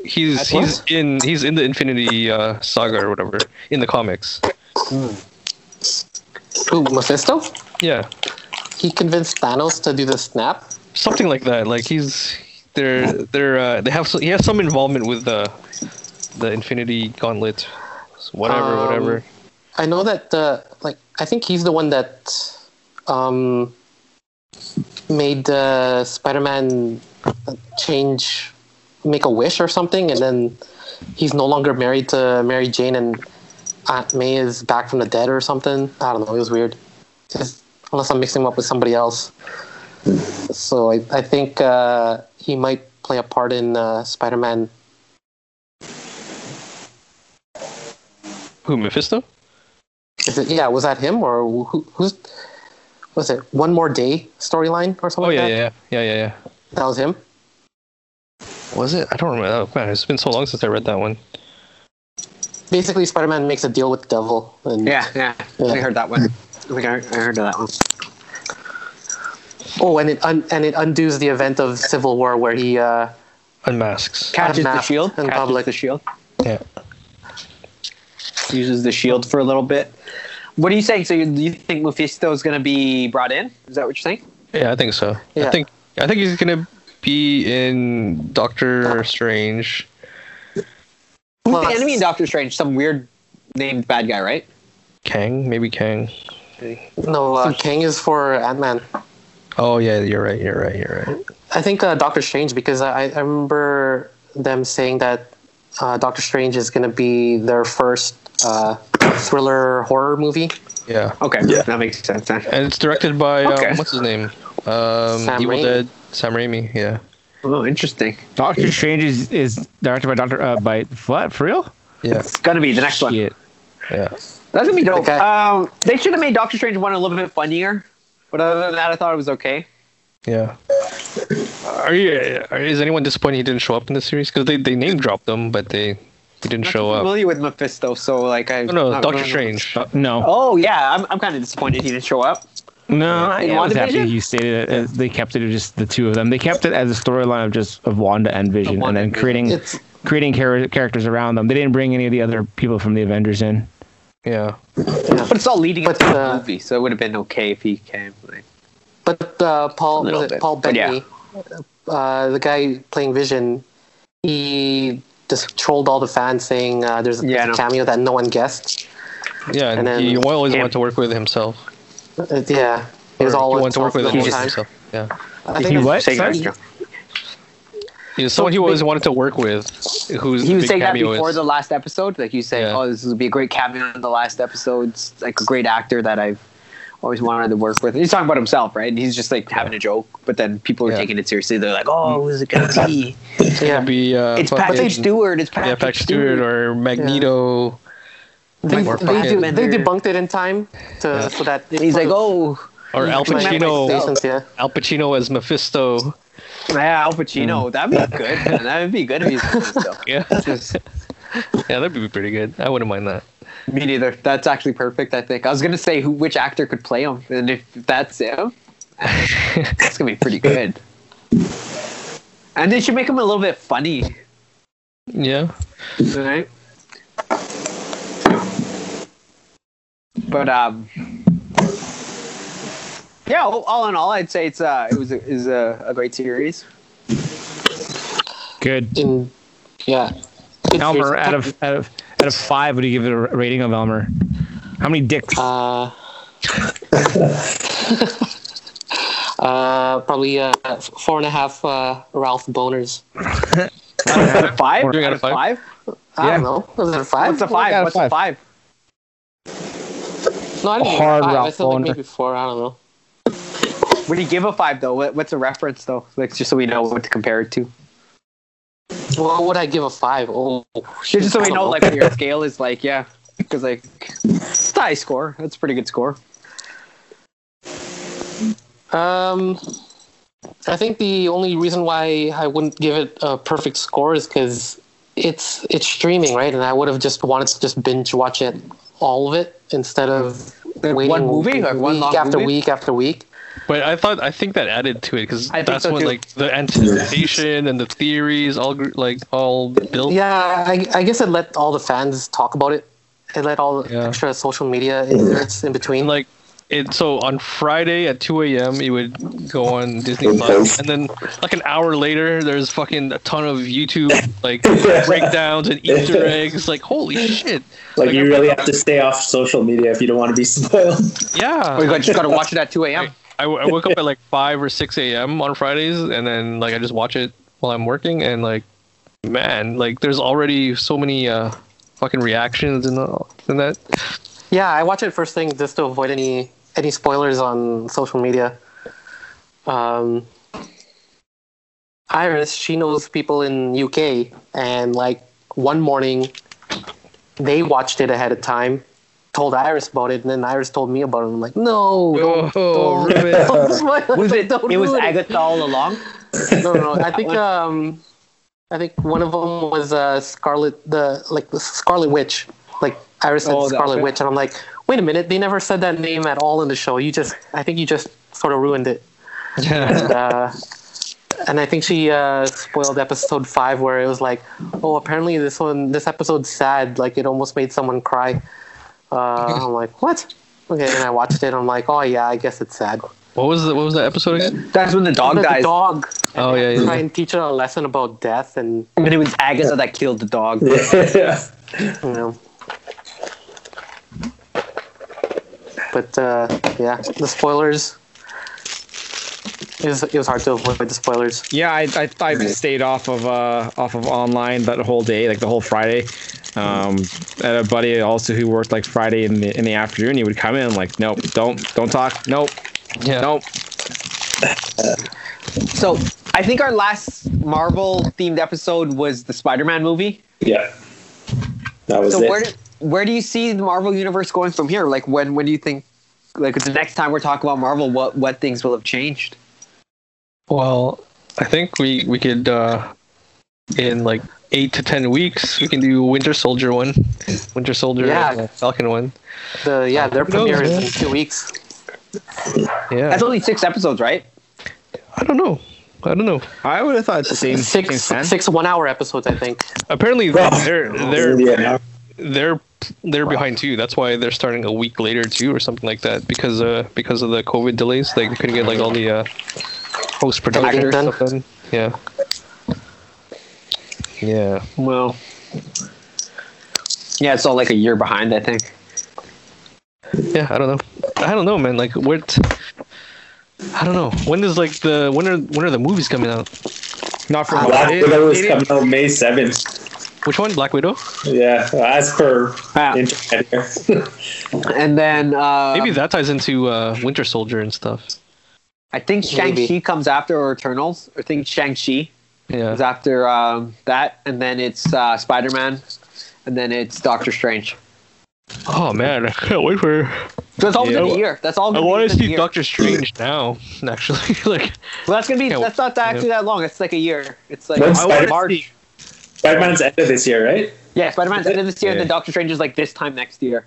C: He's
B: That's
C: he's in he's in the Infinity uh, Saga or whatever in the comics.
E: Who, Mephisto?
C: Yeah,
E: He convinced Thanos to do the snap.
C: something like that. Like he's they're they're uh, they have so, he has some involvement with the the Infinity Gauntlet, whatever,
E: Um,
C: whatever.
E: I know that, uh, like, I think he's the one that um, made uh, Spider-Man uh, change, make a wish or something, and then he's no longer married to Mary Jane, and Aunt May is back from the dead or something. I don't know. It was weird. Just, unless I'm mixing him up with somebody else. So I, I think uh, he might play a part in uh, Spider-Man.
C: Who Mephisto?
E: Is it, yeah, was that him or who, who's? Was it one more day storyline or something?
C: Oh
E: like
C: yeah,
E: that?
C: yeah, yeah, yeah, yeah.
E: That was him.
C: Was it? I don't remember. Oh, man, it's been so long since I read that one.
E: Basically, Spider-Man makes a deal with the devil, and
B: Yeah, yeah.
E: Yeah.
B: I heard that one. I think I I heard of that one.
E: Oh, and it un- and it undoes the event of Civil War where he uh,
C: Unmasks.
B: Catches the
E: Unmasked
B: shield.
E: in
B: catches
E: public.
B: the shield.
C: Yeah.
B: Uses the shield for a little bit. What are you saying? So you, you think Mephisto is going to be brought in? Is that what you're saying?
C: Yeah, I think so. I
E: Yeah.
C: think I think he's gonna be in Doctor Strange.
B: Who's
E: Plus-
B: the enemy in Doctor Strange? Some weird named bad guy, right?
C: Kang, maybe Kang.
E: no uh, Kang is for Ant Man.
C: Oh yeah, you're right. You're right. You're right.
E: I think uh, Doctor Strange because I, I remember them saying that uh, Doctor Strange is going to be their first uh, thriller horror movie.
C: Yeah,
B: Okay,
D: Yeah.
B: that makes sense. Then.
C: and it's directed by um,
B: Okay.
C: what's his name? Um,
E: Sam
C: Evil
E: Raimi.
C: Dead. Sam Raimi. Yeah.
B: Oh, interesting.
A: Doctor Strange is, is directed by Doctor uh, by what for real?
C: Yeah.
B: It's going to be the next one.
A: Shit.
C: Yeah.
B: That's gonna be dope.
E: Okay.
B: Um, they should have made Doctor Strange one a little bit funnier, but other than that, I thought it was okay.
C: Yeah. Are you? Are, is anyone disappointed he didn't show up in the series? Because they, they name dropped him, but they he didn't show
A: Oh.
B: I'm
C: up.
B: familiar with Mephisto, so like I.
C: No, no,
B: not
C: Doctor
B: really-
C: Strange.
A: Uh, No,
B: Oh yeah, I'm, I'm kind of disappointed he didn't show up.
A: no, I,
B: In
A: I was
B: WandaVision?
A: happy he stated it. uh, They kept it just the two of them. They kept it as a storyline of just of Wanda and Vision, and then
B: WandaVision.
A: creating
E: It's
A: creating char- characters around them. They didn't bring any of the other people from the Avengers in.
C: Yeah.
B: But it's all leading
E: But,
B: up to the
E: uh,
B: movie, so it would have been okay if he came. Like,
E: but uh,
B: A
E: Paul
B: little
E: was it
B: bit,
E: Paul
B: but
E: Bettany, uh, the guy playing Vision, he just trolled all the fans saying uh, there's
B: Yeah, I know.
E: a cameo that no one guessed.
C: Yeah. And,
E: And then
C: he always
B: him.
C: wanted to work with himself.
E: Uh, yeah, it was
C: Or
E: all
C: he wanted to work with
E: the
C: him
E: whole
B: just-
E: time.
C: himself. Yeah.
E: I
A: He
E: it's-
A: what?
B: saying
A: Sorry?
B: that-
C: He was someone he always wanted to work with. Who's
B: he was
C: big
B: saying that
C: cameo is.
B: before the last episode. Like you saying,
C: Yeah.
B: "Oh, this would be a great cameo in the last episode." It's like a great actor that I've always wanted to work with. And he's talking about himself, right? And he's just like having a joke, but then people are
C: Yeah.
B: taking it seriously. They're like, "Oh, who's it gonna be?"
E: Yeah,
C: be uh,
B: it's
C: fucking-
B: Patrick Stewart. It's Patrick,
C: Yeah, Patrick Stewart or Magneto.
E: they,
C: Or
E: they,
C: fucking-
E: do- they debunked it in time to
C: Yeah.
E: so that it
B: He's like,
E: put
B: "Oh,
C: Or Al
E: my
C: Pacino.
E: expectations, yeah.
C: Al Pacino as Mephisto.
B: yeah, Al
C: Mm.
B: Pacino. That'd be good. man. That'd be good if he's
C: *laughs*
B: so. *laughs*
C: Yeah. *laughs*
B: Just,
C: Yeah, that'd be pretty good. I wouldn't mind that.
B: me neither. That's actually perfect. I think I was gonna say who, which actor could play him, and if that's him, it's gonna be pretty good. And they should make him a little bit funny,
C: Yeah.
B: right? But um, yeah. All all in all, I'd say it's uh, it was a, is a, a great series.
A: Good.
E: In, yeah. Good
A: Elmer,
E: series.
A: out of out of out of five, would you give it a rating of Elmer? How many dicks?
E: Uh, uh, probably uh, four and a half uh, Ralph boners.
B: Out of five.
C: Doing out of five?
E: I
A: Yeah.
E: don't know. Was it a five?
B: What's a
A: out
B: five?
A: of
B: What's a five?
E: No, I didn't give it a
A: Hard
E: five. I
A: Ralph
E: thought like
A: boner.
E: maybe four. I don't know.
B: Would you give a five though? What, what's a reference though? Like just so we know what to compare it to.
E: What would I give a five? Oh,
B: Yeah, just so
E: I
B: we
E: don't
B: know like what *laughs* your scale is like. Yeah, because like it's a high score. That's a pretty good score.
E: Um, I think the only reason why I wouldn't give it a perfect score is because it's it's streaming, right? And I would have just wanted to just binge watch it all of it instead of
B: Like,
E: waiting
B: one movie, like one
E: week
B: long
E: after
B: movie?
E: week after week.
C: But I thought I think that added to it because
B: I think
C: that's
B: so
C: when
B: too.
C: like the anticipation and the theories all gr- like all built.
E: Yeah, I, I guess it let all the fans talk about it. It let all the
C: Yeah.
E: extra social media inserts in between.
C: And, like it so on Friday at 2 a.m. it would go on Disney Plus, and then like an hour later, there's fucking a ton of YouTube like breakdowns and Easter eggs. Like holy shit!
D: Like,
C: Like,
D: you
C: I'm-
D: really have to stay off social media if you don't want to be *laughs* spoiled.
C: Yeah,
B: We got, just Oh, gotta watch it at two a.m.
C: I, I woke up at like five or six a.m. on Fridays, and then like I just watch it while I'm working, and like man, like there's already so many uh, fucking reactions and all and that.
E: Yeah, I watch it first thing just to avoid any any spoilers on social media. Um, Iris, she knows people in UK, and like one morning, they watched it ahead of time, told Iris about it, and then Iris told me about it. I'm like, no, don't,
B: *laughs*
C: Oh,
E: don't,
C: Ruben.
E: *laughs* don't spoil
B: Was
E: it.
B: it?
E: Don't
B: It was
E: ruin
B: Agatha all along.
E: no, no. I think um, I think one of them was uh, Scarlet the like the Scarlet Witch. Like Iris said
B: Oh, the-
E: Scarlet
B: okay.
E: Witch, and I'm like, wait a minute, they never said that name at all in the show. You just, I think you just sort of ruined it.
C: Yeah.
E: uh, and I think she uh, spoiled episode five where it was like, oh, apparently this one, this episode's sad. Like it almost made someone cry. Uh, I'm like, what? Okay, and I watched it. I'm like, oh yeah, I guess it's sad.
C: What was the What was that episode again?
B: That's when the dog
E: the
B: dies.
E: dog
C: Oh yeah.
E: try
C: yeah.
E: and teach her a lesson about death and
B: But it was Agatha that killed the dog.
D: yeah.
E: you know. But uh, yeah, the spoilers. It was, it was hard to avoid the spoilers.
A: Yeah, I I, I stayed off of uh off of online that whole day, like the whole Friday. Um, and a buddy also who worked like Friday in the in the afternoon, he would come in like, nope, don't don't talk, nope,
C: yeah.
A: nope.
B: So I think our last Marvel themed episode was the Spider Man movie.
D: Yeah. That was
B: So
D: it.
B: where do, where do you see the Marvel universe going from here? Like when when do you think like the next time we're talking about Marvel, what what things will have changed?
C: Well, I think we we could uh, in like eight to ten weeks we can do Winter Soldier one, Winter Soldier
E: Yeah.
C: and, uh, Falcon one.
E: The yeah, their
C: Who knows,
E: premiere
C: man?
E: is in two weeks.
C: Yeah.
B: That's only six episodes, right?
C: I don't know. I don't know.
A: I would have thought the same
E: Six
A: same time.
E: six one hour episodes, I think.
C: Apparently
D: Well,
C: they're they're
D: yeah.
C: they're they're behind too. That's why they're starting a week later too, or something like that, because uh because of the COVID delays, like they couldn't get like all the uh, post production
E: Everything done?
C: stuff done. Yeah. Yeah.
B: Well, yeah, it's all like a year behind, I think.
C: yeah i don't know i don't know man like what i don't know when is like the when are when are the movies coming out
A: Not for
D: Black
A: They-
D: Widow
A: they
D: was
A: didn't-
D: coming out May 7th.
C: which one black widow
D: Yeah, as per
B: Ah.
D: internet here. *laughs*
B: And then uh,
C: maybe that ties into uh winter soldier and stuff
B: I think Shang
E: Maybe.
B: Chi comes after or Eternals. I think Shang Chi
C: yeah
B: is after um, that, and then it's uh, Spider Man, and then it's Doctor Strange.
C: oh man i can't wait for
B: So it's all
C: Yeah.
B: within a year. That's all.
C: i
B: Gonna
C: want to
B: be within a
C: see
B: year.
C: doctor strange now *laughs* actually like
B: Well, that's gonna be.
C: Yeah,
B: That's not actually that long. It's like a year. It's like
D: When's
B: March.
D: Spider- Spider Man's end of this year, right?
B: Yeah, Spider Man's end of this year, and
A: Yeah.
B: then Doctor Strange is like this time next year.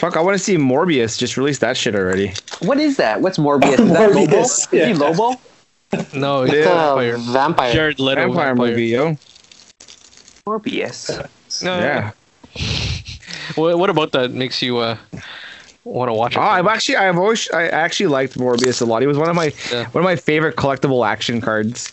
A: Fuck, I want to see Morbius. Just release that shit already.
B: What is that? What's Morbius? Is that Lobo?
D: Morbius,
B: Is he
D: yeah.
B: Lobo?
C: no it's
A: Yeah.
E: The
C: vampire
E: vampire.
C: jared leto
A: Vampire, movie, yo.
B: Morbius.
E: Uh,
C: no,
A: Yeah.
C: yeah what, what about that makes you uh want to watch it
A: Oh, I've actually, I've always, I actually liked Morbius a lot. He was one of my,
C: Yeah.
A: one of my favorite collectible action cards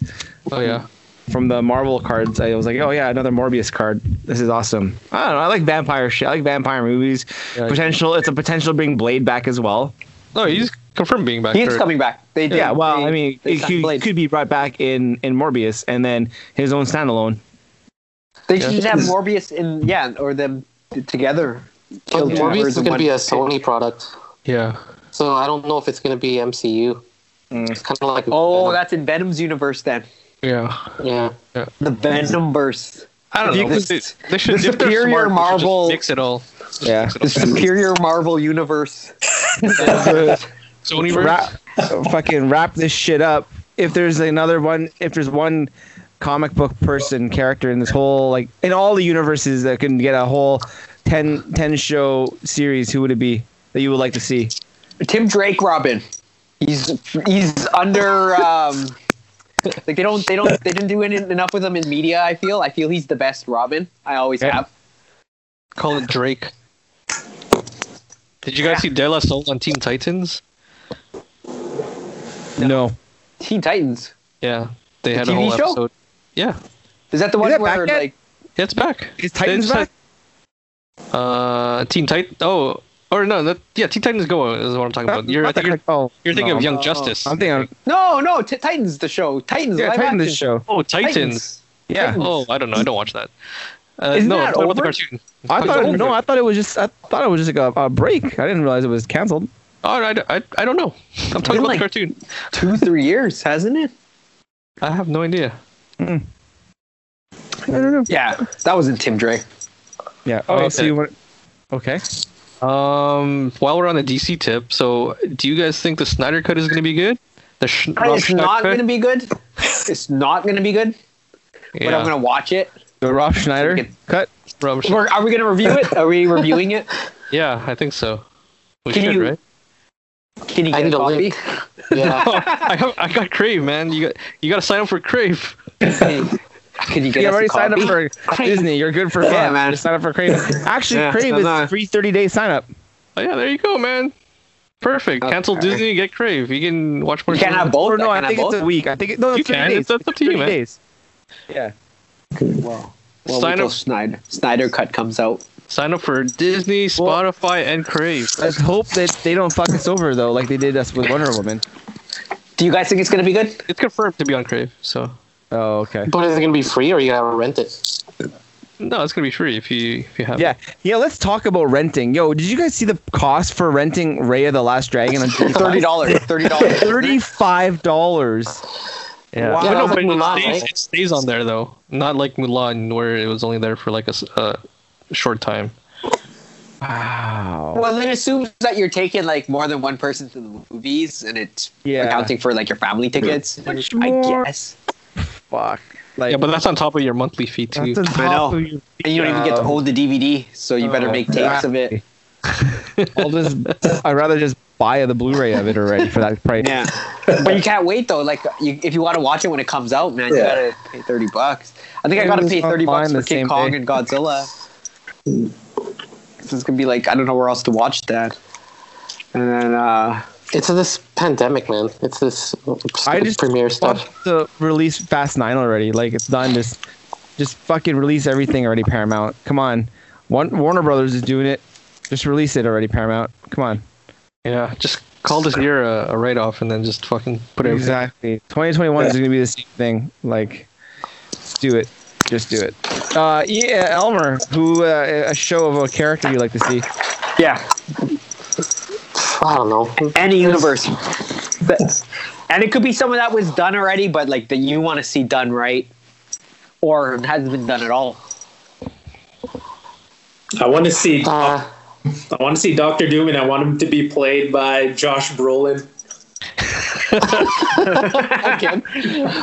C: oh yeah
A: from the Marvel cards. I was like, oh yeah, another Morbius card. This is awesome. I don't know. I like vampire shit. I like vampire movies.
C: Yeah.
A: Potential. It's a potential to bring Blade back as well.
C: no he's confirmed being back
B: He is
C: for-
B: coming back. They did.
A: Yeah. Well,
B: They-
A: I mean,
B: they
A: it
B: signed
A: could,
B: Blade.
A: could be brought back in in Morbius and then his own standalone.
B: they
C: yeah.
B: should have Morbius in yeah, or them t- together.
E: But
B: Kill two
E: Morbius
B: birds
E: is
B: with
E: going to
B: one
E: be a
B: stone.
E: Sony product,
C: yeah
E: so I don't know if it's going to be MCU.
C: Mm.
E: It's kind of like uh,
B: Oh, that's in Venom's universe then.
C: yeah
E: yeah.
B: The Venomverse.
C: I don't
B: You
C: know.
B: could-
C: They, they should,
A: *laughs*
B: the
C: if they're
B: superior
C: smart, they should just
B: Marvel-
C: mix it all.
A: Yeah.
B: The superior Marvel universe. Venomverse.
C: *laughs* Sony
A: wrap, fucking wrap this shit up. If there's another one, if there's one comic book person character in this whole like in all the universes that can get a whole 10, 10 show series, who would it be that you would like to see?
B: Tim Drake Robin. He's he's under um like they don't they don't they didn't do en- enough with him in media, I feel. I feel he's the best Robin. I always
A: Yeah.
B: have.
C: Call it Drake. Did you guys see De La Soul on Teen Titans?
A: No,
B: Teen Titans.
C: Yeah, they
B: The
C: had a
B: TV
C: whole
B: show?
C: episode. Yeah,
B: Is that the one
A: that back
B: where
A: yet?
B: like
C: yeah, it's back.
A: is Titans
C: It's
A: back?
C: like- Uh, Teen Titan. Oh, or no, that yeah, Teen Titans Go is what I'm talking about. You're, I
A: Not
C: think
A: the-
C: you're,
A: oh,
C: you're thinking
A: no,
C: of Young
B: no.
C: Justice.
A: I'm thinking of
B: No, no, T- Titans the show. Titans
A: yeah,
B: live
A: Titans
B: action.
A: this show.
C: oh, Titans.
B: Titans.
A: Yeah,
B: Titans.
C: Oh, I don't know. I don't watch that. Uh,
A: Isn't
C: no,
A: that
C: I'm talking about
A: over?
C: the cartoon.
A: I
C: It's
A: thought
C: over.
A: no, I thought it was just I thought it was just like a, a break. I didn't realize it was canceled.
C: Oh, I, I, I don't know. I'm talking about the
B: like-
C: cartoon.
B: 2 3 years, hasn't it?
C: I have no idea.
A: I don't know.
B: Yeah. That wasn't Tim Drake.
A: Yeah. Oh,
C: Okay.
A: so you want? Okay.
C: Um, while we're on the DC tip, so do you guys think the Snyder Cut is going to be good? The Sh- Rob
B: It's
C: Schneider
B: not
C: cut?
B: going to be good. It's not going to be good,
C: Yeah,
B: but I'm going to watch it.
A: The Rob Schneider
B: Freaking-
A: cut.
C: Rob Sch-
B: We're, are *laughs* we going to review it? Are we reviewing it?
C: yeah, I think so. We
B: Can *laughs*
C: should,
B: you-
C: right?
B: Can you get
E: I
B: a
E: need a
B: copy?
E: link.
B: *laughs*
C: *laughs*
E: Yeah.
C: Oh, I, got, I got Crave, man. You got you got to sign up for Crave.
B: Can you get
A: You
B: us a
A: already signed up
B: copy?
A: for Disney. You're good for fun.
B: Yeah, man.
A: Just sign up for Crave. Actually,
B: Yeah,
A: Crave
B: so
A: is
B: now-
A: free 30 day sign up.
C: Oh, yeah, there you go, man. Perfect. Cancel
B: Okay.
C: Disney, get Crave. You can watch more.
B: You can't
C: TV.
B: have both.
A: Or no, I
B: can't
A: think
B: have
A: it's a
B: both?
A: week. I think it, no, it's
C: You
A: 30
C: can.
A: days.
C: It's up to you,
A: 30
C: man.
A: Days. Yeah.
B: Wow. Well,
C: Sign
B: Sign
C: up-
B: Snyder. Snyder cut comes out.
C: Sign up for Disney, Spotify, and Crave.
A: Let's hope that they don't fuck us over though, like they did us with Wonder Woman.
B: Do you guys think it's gonna be good?
C: It's confirmed to be on Crave. So
A: Oh, okay.
E: But is it gonna be free or you gotta rent it?
C: no, it's gonna be free if you if you have.
A: Yeah, yeah. Let's talk about renting. Yo, did you guys see the cost for renting Raya the Last Dragon on *laughs*
B: *laughs* Thirty dollars. *laughs* Thirty dollars.
A: Thirty-five dollars.
C: Yeah.
E: Wow.
C: But no, but
E: Like Mulan,
C: it, stays,
E: right?
C: it stays on there though. Not like Mulan, where it was only there for like a s- uh, short time.
A: Wow.
B: Well, it assumes that you're taking like more than one person to the movies, and it's
A: Yeah.
B: accounting for like your family tickets.
A: Much
B: I
A: more-
B: guess.
A: Fuck. Like,
C: Yeah, but that's on top of your monthly fee too.
A: that's on top
B: I know.
A: of your-
B: And you don't even get to own the DVD, so you better
A: Oh,
B: make tapes of it.
A: I'll just. *laughs* I'd rather just buy the Blu-ray of it already for that price. *laughs*
B: Yeah, but you can't wait though. Like, you, if you want to watch it when it comes out, man, you
D: Yeah.
B: gotta pay thirty bucks. I think I
A: It
B: gotta
A: was
B: pay thirty bucks
A: online the
B: for King
A: same
B: Kong
A: day.
B: and Godzilla.
A: *laughs*
B: So it's gonna be like I don't know where else to watch that. And then uh,
E: It's this pandemic, man. It's this
A: I just
E: premiere stuff.
A: want to release Fast Nine already. Like it's done. Just, just fucking release everything already. Paramount, come on. One, Warner Brothers is doing it. Just release it already. Paramount, come on.
C: Yeah, just call this year a, a write off and then just fucking put it.
A: Exactly. 2021 is
D: Yeah.
A: going to be the same thing. Like, let's do it. Just do it. Uh, yeah, Elmer, who uh, a show of a character you like to see?
B: yeah,
E: I don't know.
B: any universe, But- and it could be someone that was done already, but like that you want to see done right, or hasn't been done at all.
D: I want to see
E: Uh,
D: I want to see Doctor Doom, and I want him to be played by Josh Brolin. *laughs*
E: again.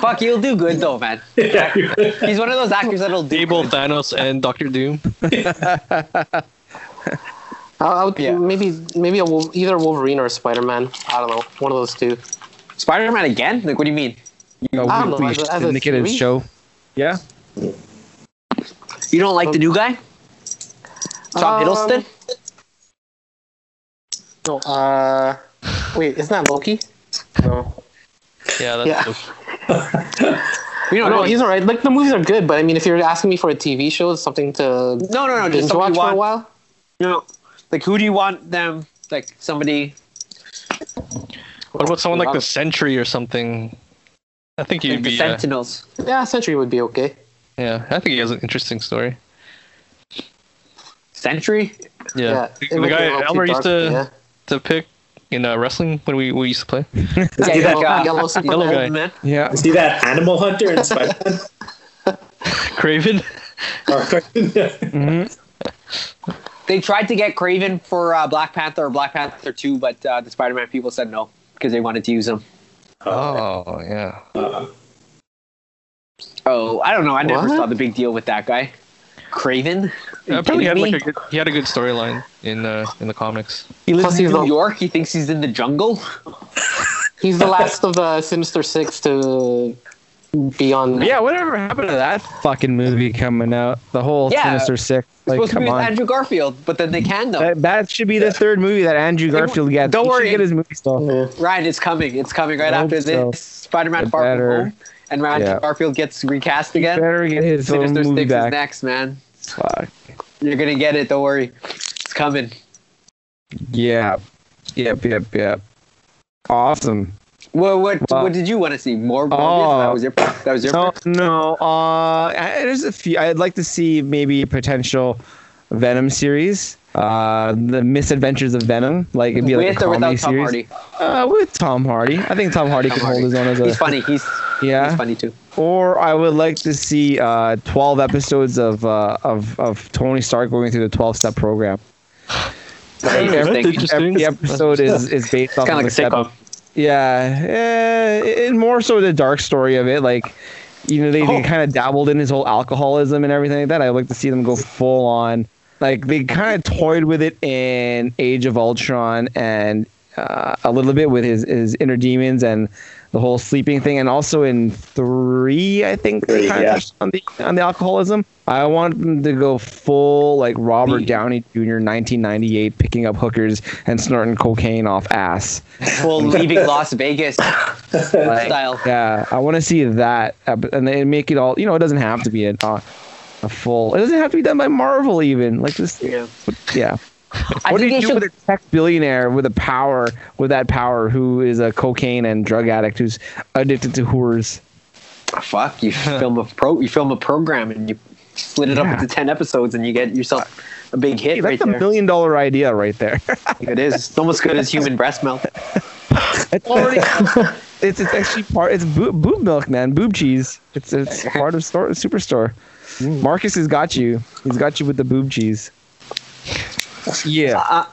B: Fuck, he'll do good
A: *laughs*
B: though, man.
D: yeah,
B: He's one of those actors that'll do.
C: Abel, Thanos, and Doctor Doom.
E: I would,
B: Yeah.
E: Maybe maybe a, Wol- either Wolverine or Spider Man. I don't know. One of those two.
B: Spider-Man again? Like, what do you mean?
A: A
E: I don't know,
A: weekly
E: as a- as a
A: syndicated
E: series?
A: show. Yeah.
B: You don't like the new guy? Tom
E: Um,
B: Hiddleston?
E: No. Uh, wait, isn't that Loki? No.
C: Yeah, that's
E: Yeah.
C: dope.
B: You
E: No,
B: don't
E: no,
B: really-
E: he's all right. Like the movies are good, but I mean, if you're asking me for a TV show, it's something to
B: no, no, no. Just
E: binge
B: somebody
E: watch
B: you
E: for a
B: want.
E: while.
B: No. Like, who do you want them? Like, somebody.
C: What about someone like the Sentry or something? I think he'd
B: Like,
C: be.
B: the
C: Uh,
B: Sentinels.
E: Yeah, Century would be okay.
C: yeah, I think he has an interesting story.
B: Sentry?
C: Yeah,
E: it
C: the, the
E: might be a
C: guy
E: little too
C: Elmer used
E: dark,
C: to
E: yeah.
C: to pick in uh, wrestling when we, we used to play.
B: Yeah,
E: yellow-
B: yeah. *laughs*
E: yellow Superman.
C: guy.
B: Man.
A: Yeah.
D: see that Animal Hunter and Spider Man.
C: Craven.
A: Mhm.
B: They tried to get Craven for uh, Black Panther or Black Panther 2, but uh, the Spider-Man people said no because they wanted to use him.
C: Oh yeah.
B: Oh, I don't know. I never
E: What?
B: saw the big deal with that guy. Craven? Are you
C: Apparently
B: kidding
C: had like
B: me?
C: a good, he had a good storyline in uh, in the comics.
B: He lives
E: Plus
B: in
E: he's
B: New
E: the-
B: York. He thinks he's in the jungle.
E: He's the last of the Sinister Six to be on.
A: Yeah. Whatever happened to that fucking movie coming out? The whole
B: Yeah.
A: Sinister Six.
B: It's
A: Like,
B: supposed to be
A: come
B: with
A: on.
B: Andrew Garfield, but then they canned him.
A: That, that should be the third movie that Andrew Garfield gets.
B: don't
A: He should
B: worry.
A: Get his movie still.
E: Yeah.
B: Ryan, it's coming. It's coming right
A: I hope
B: after this.
A: so.
B: Spider-Man
A: The
B: Far
A: better-
B: From Home, and Ryan
A: Yeah.
B: Garfield gets recast again.
A: Better get his own
B: Sinister
A: movie
B: Six is
A: back.
B: next, man.
A: Fuck.
B: You're gonna get it. Don't worry, it's coming.
A: Yeah. Yep. Yep. Yep. Awesome.
B: Well, what
A: Wow.
B: what did you want to see? More Morbius?
A: Oh.
B: that was your that was your.
A: No, Oh, no. Uh, I- there's a few. I'd like to see maybe a potential Venom series. Uh, the Misadventures of Venom, like it'd be like
B: with
A: a
B: or
A: comedy
B: without Tom
A: series.
B: Hardy,
A: Uh, with Tom Hardy, I think Tom Hardy
B: Tom
A: can hold
B: Hardy.
A: his own as
B: he's
A: a
B: funny. He's he's
A: yeah. *laughs*
B: funny too.
A: Or I would like to see uh, 12 episodes of uh, of of Tony Stark going through the 12 step program.
B: Very interesting.
A: Every episode is is based off
B: Kind
A: of
B: of like a
A: a step
B: sitcom.
A: yeah, eh, and more so the dark story of it. Like, you know, they, they
B: Oh.
A: kind of dabbled in his whole alcoholism and everything like that. I like to see them go full on. Like, they kind of toyed with it in Age of Ultron and uh, a little bit with his his inner demons and the whole sleeping thing, and also in three, I think they
D: Three,
A: kind of
D: yeah.
A: touched on the on the alcoholism. I want them to go full like Robert Downey Jr. 1998, picking up hookers and snorting cocaine off
D: *laughs*
A: ass.
B: Well, leaving Las
A: *laughs*
B: Vegas style.
A: Yeah, I want to see that, uh, but- and they make it all. You know, it doesn't have to be an, uh, a full. It doesn't have to be done by Marvel, even like this.
B: Yeah.
A: Yeah.
B: *laughs* I
A: what do
B: think
A: you
B: they
A: do
B: should
A: with a tech billionaire with a power, with that power, who is a cocaine and drug addict who's addicted to whores?
B: Ah,
A: *laughs*
B: Fuck, you film a pro, you film a program and you split it
A: Yeah.
B: up into ten episodes, and you get yourself a big hit
A: Hey,
B: right
A: that's a
B: there.
A: million dollar idea right there. *laughs*
B: It is it's almost as good as human breast milk.
A: it's already. *laughs* it's, it's actually part. It's boob, boob milk, man. Boob cheese. It's it's part of store,
B: *laughs*
A: superstore. Marcus has got you. He's got you with the boob cheese. Yeah.
B: Uh,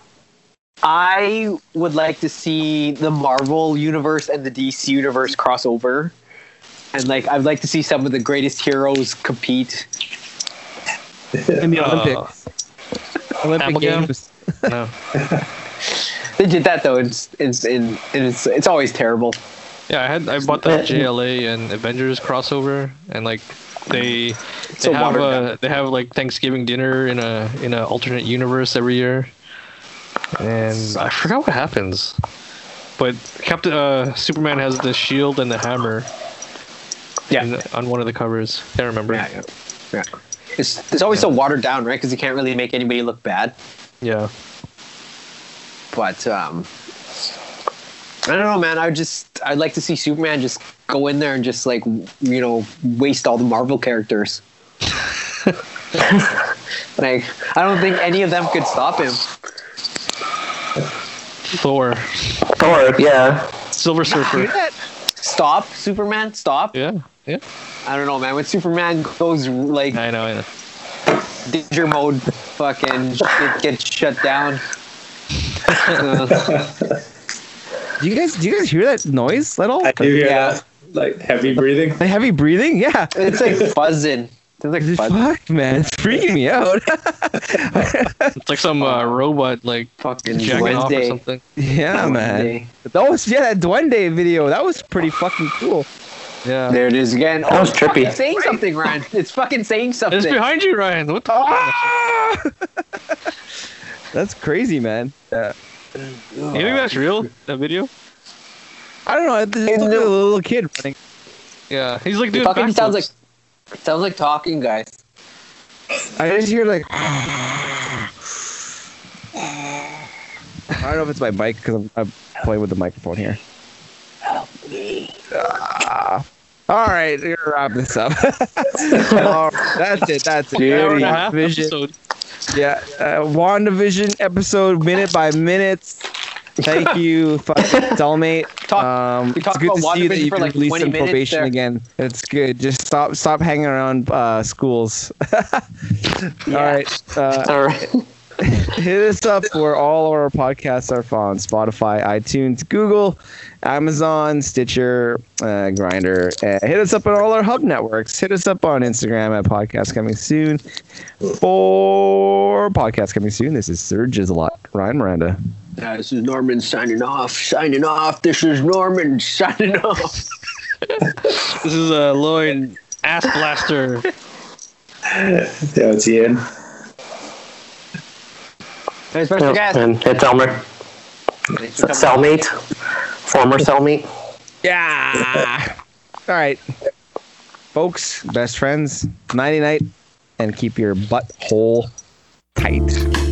B: I would like to see the Marvel universe and the DC universe crossover, and like I'd like to see some of the greatest heroes compete.
A: In the
C: Uh,
A: Olympics. Olympic
C: Amalgam?
A: Games.
C: No.
B: They did that though, and in, in, in, it's it's always terrible.
C: *laughs* Yeah, I had I bought the JLA and Avengers crossover, and like they
B: a
C: they have
B: watered
C: uh, they have like Thanksgiving dinner in a in a alternate universe every year, and I forgot what happens, but Captain uh, Superman has the shield and the hammer.
B: Yeah.
C: in- on one of the covers. I remember.
B: Yeah, yeah. yeah. It's it's always so watered down, right? Because you can't really make anybody look bad.
C: Yeah.
B: but um I don't know, man. I would just I'd like to see Superman just go in there and just like w- you know waste all the Marvel
C: *laughs*
B: characters. like I don't think any of them could stop him.
C: Thor,
E: Thor, yeah.
C: Silver Surfer.
B: Stop Superman, stop.
C: Yeah, yeah.
B: I don't know, man. When Superman goes like
C: I know. I know.
B: danger mode, fucking shit gets shut
C: *laughs*
B: down. Uh,
A: Do you guys do you guys hear that noise at all?
D: *laughs* I do hear
B: Yeah.
D: that. Like heavy breathing.
A: The heavy breathing? Yeah.
B: it's like buzzing. It's like buzzing.
A: Fuck, man. It's freaking me out. *laughs*
C: It's like some uh, robot like
B: Fucking
C: jacking off
B: Oh.
C: or
B: Wednesday.
C: something.
A: yeah, man.
B: Wednesday.
A: That was, yeah, that Duende video. That was pretty fucking cool.
C: Yeah.
B: There it is again.
E: That was
B: it's fucking
E: trippy.
B: Saying something, Ryan. *laughs* It's fucking saying something.
C: It's behind you, Ryan. What the?
A: Ah! *laughs* That's crazy, man. Yeah.
C: You think that's real? That video?
A: I don't know. I just look at the little kid running.
C: Yeah. He's like
B: It
C: doing.
B: fucking sounds like
C: backflips.
B: sounds like talking, guys.
A: I just hear like. I don't know if it's my mic because I'm, I'm playing with the microphone here. Ah. all right, we're gonna wrap this up. *laughs* All right, that's it. That's it.
C: Hour and a
A: Now
C: half
A: we're on Vision.
C: episode.
A: Yeah, uh, WandaVision episode minute by minute.
B: *laughs*
A: Thank you, fucking cellmate.
B: Talk-
A: um,
B: we
A: it's
B: talked
A: good to
B: about
A: see that
B: WandaVision
A: you've
B: for
A: been
B: like
A: released
B: 20
A: on
B: minutes
A: probation
B: there.
A: again. It's good. Just stop, stop hanging around uh, schools. *laughs* All right, uh,
E: All right.
A: hit us up where all of our podcasts are found: Spotify, iTunes, Google, Amazon, Stitcher, uh, Grinder. Uh, hit us up on all our hub networks. Hit us up on Instagram at Podcast Coming Soon. For Podcast Coming Soon, this is Surges a lot. Ryan Miranda.
B: Uh, this is Norman signing off. Signing off. This is Norman signing off.
C: This is a uh, Lloyd ass blaster.
D: Yeah, it's Ian.
B: Hey, special
E: Yeah,
B: guest.
E: and it's Elmer.
B: Thanks for coming.
E: Cellmate. Former cellmate.
A: Yeah. all right, folks, best friends, nighty night, and keep your butthole tight.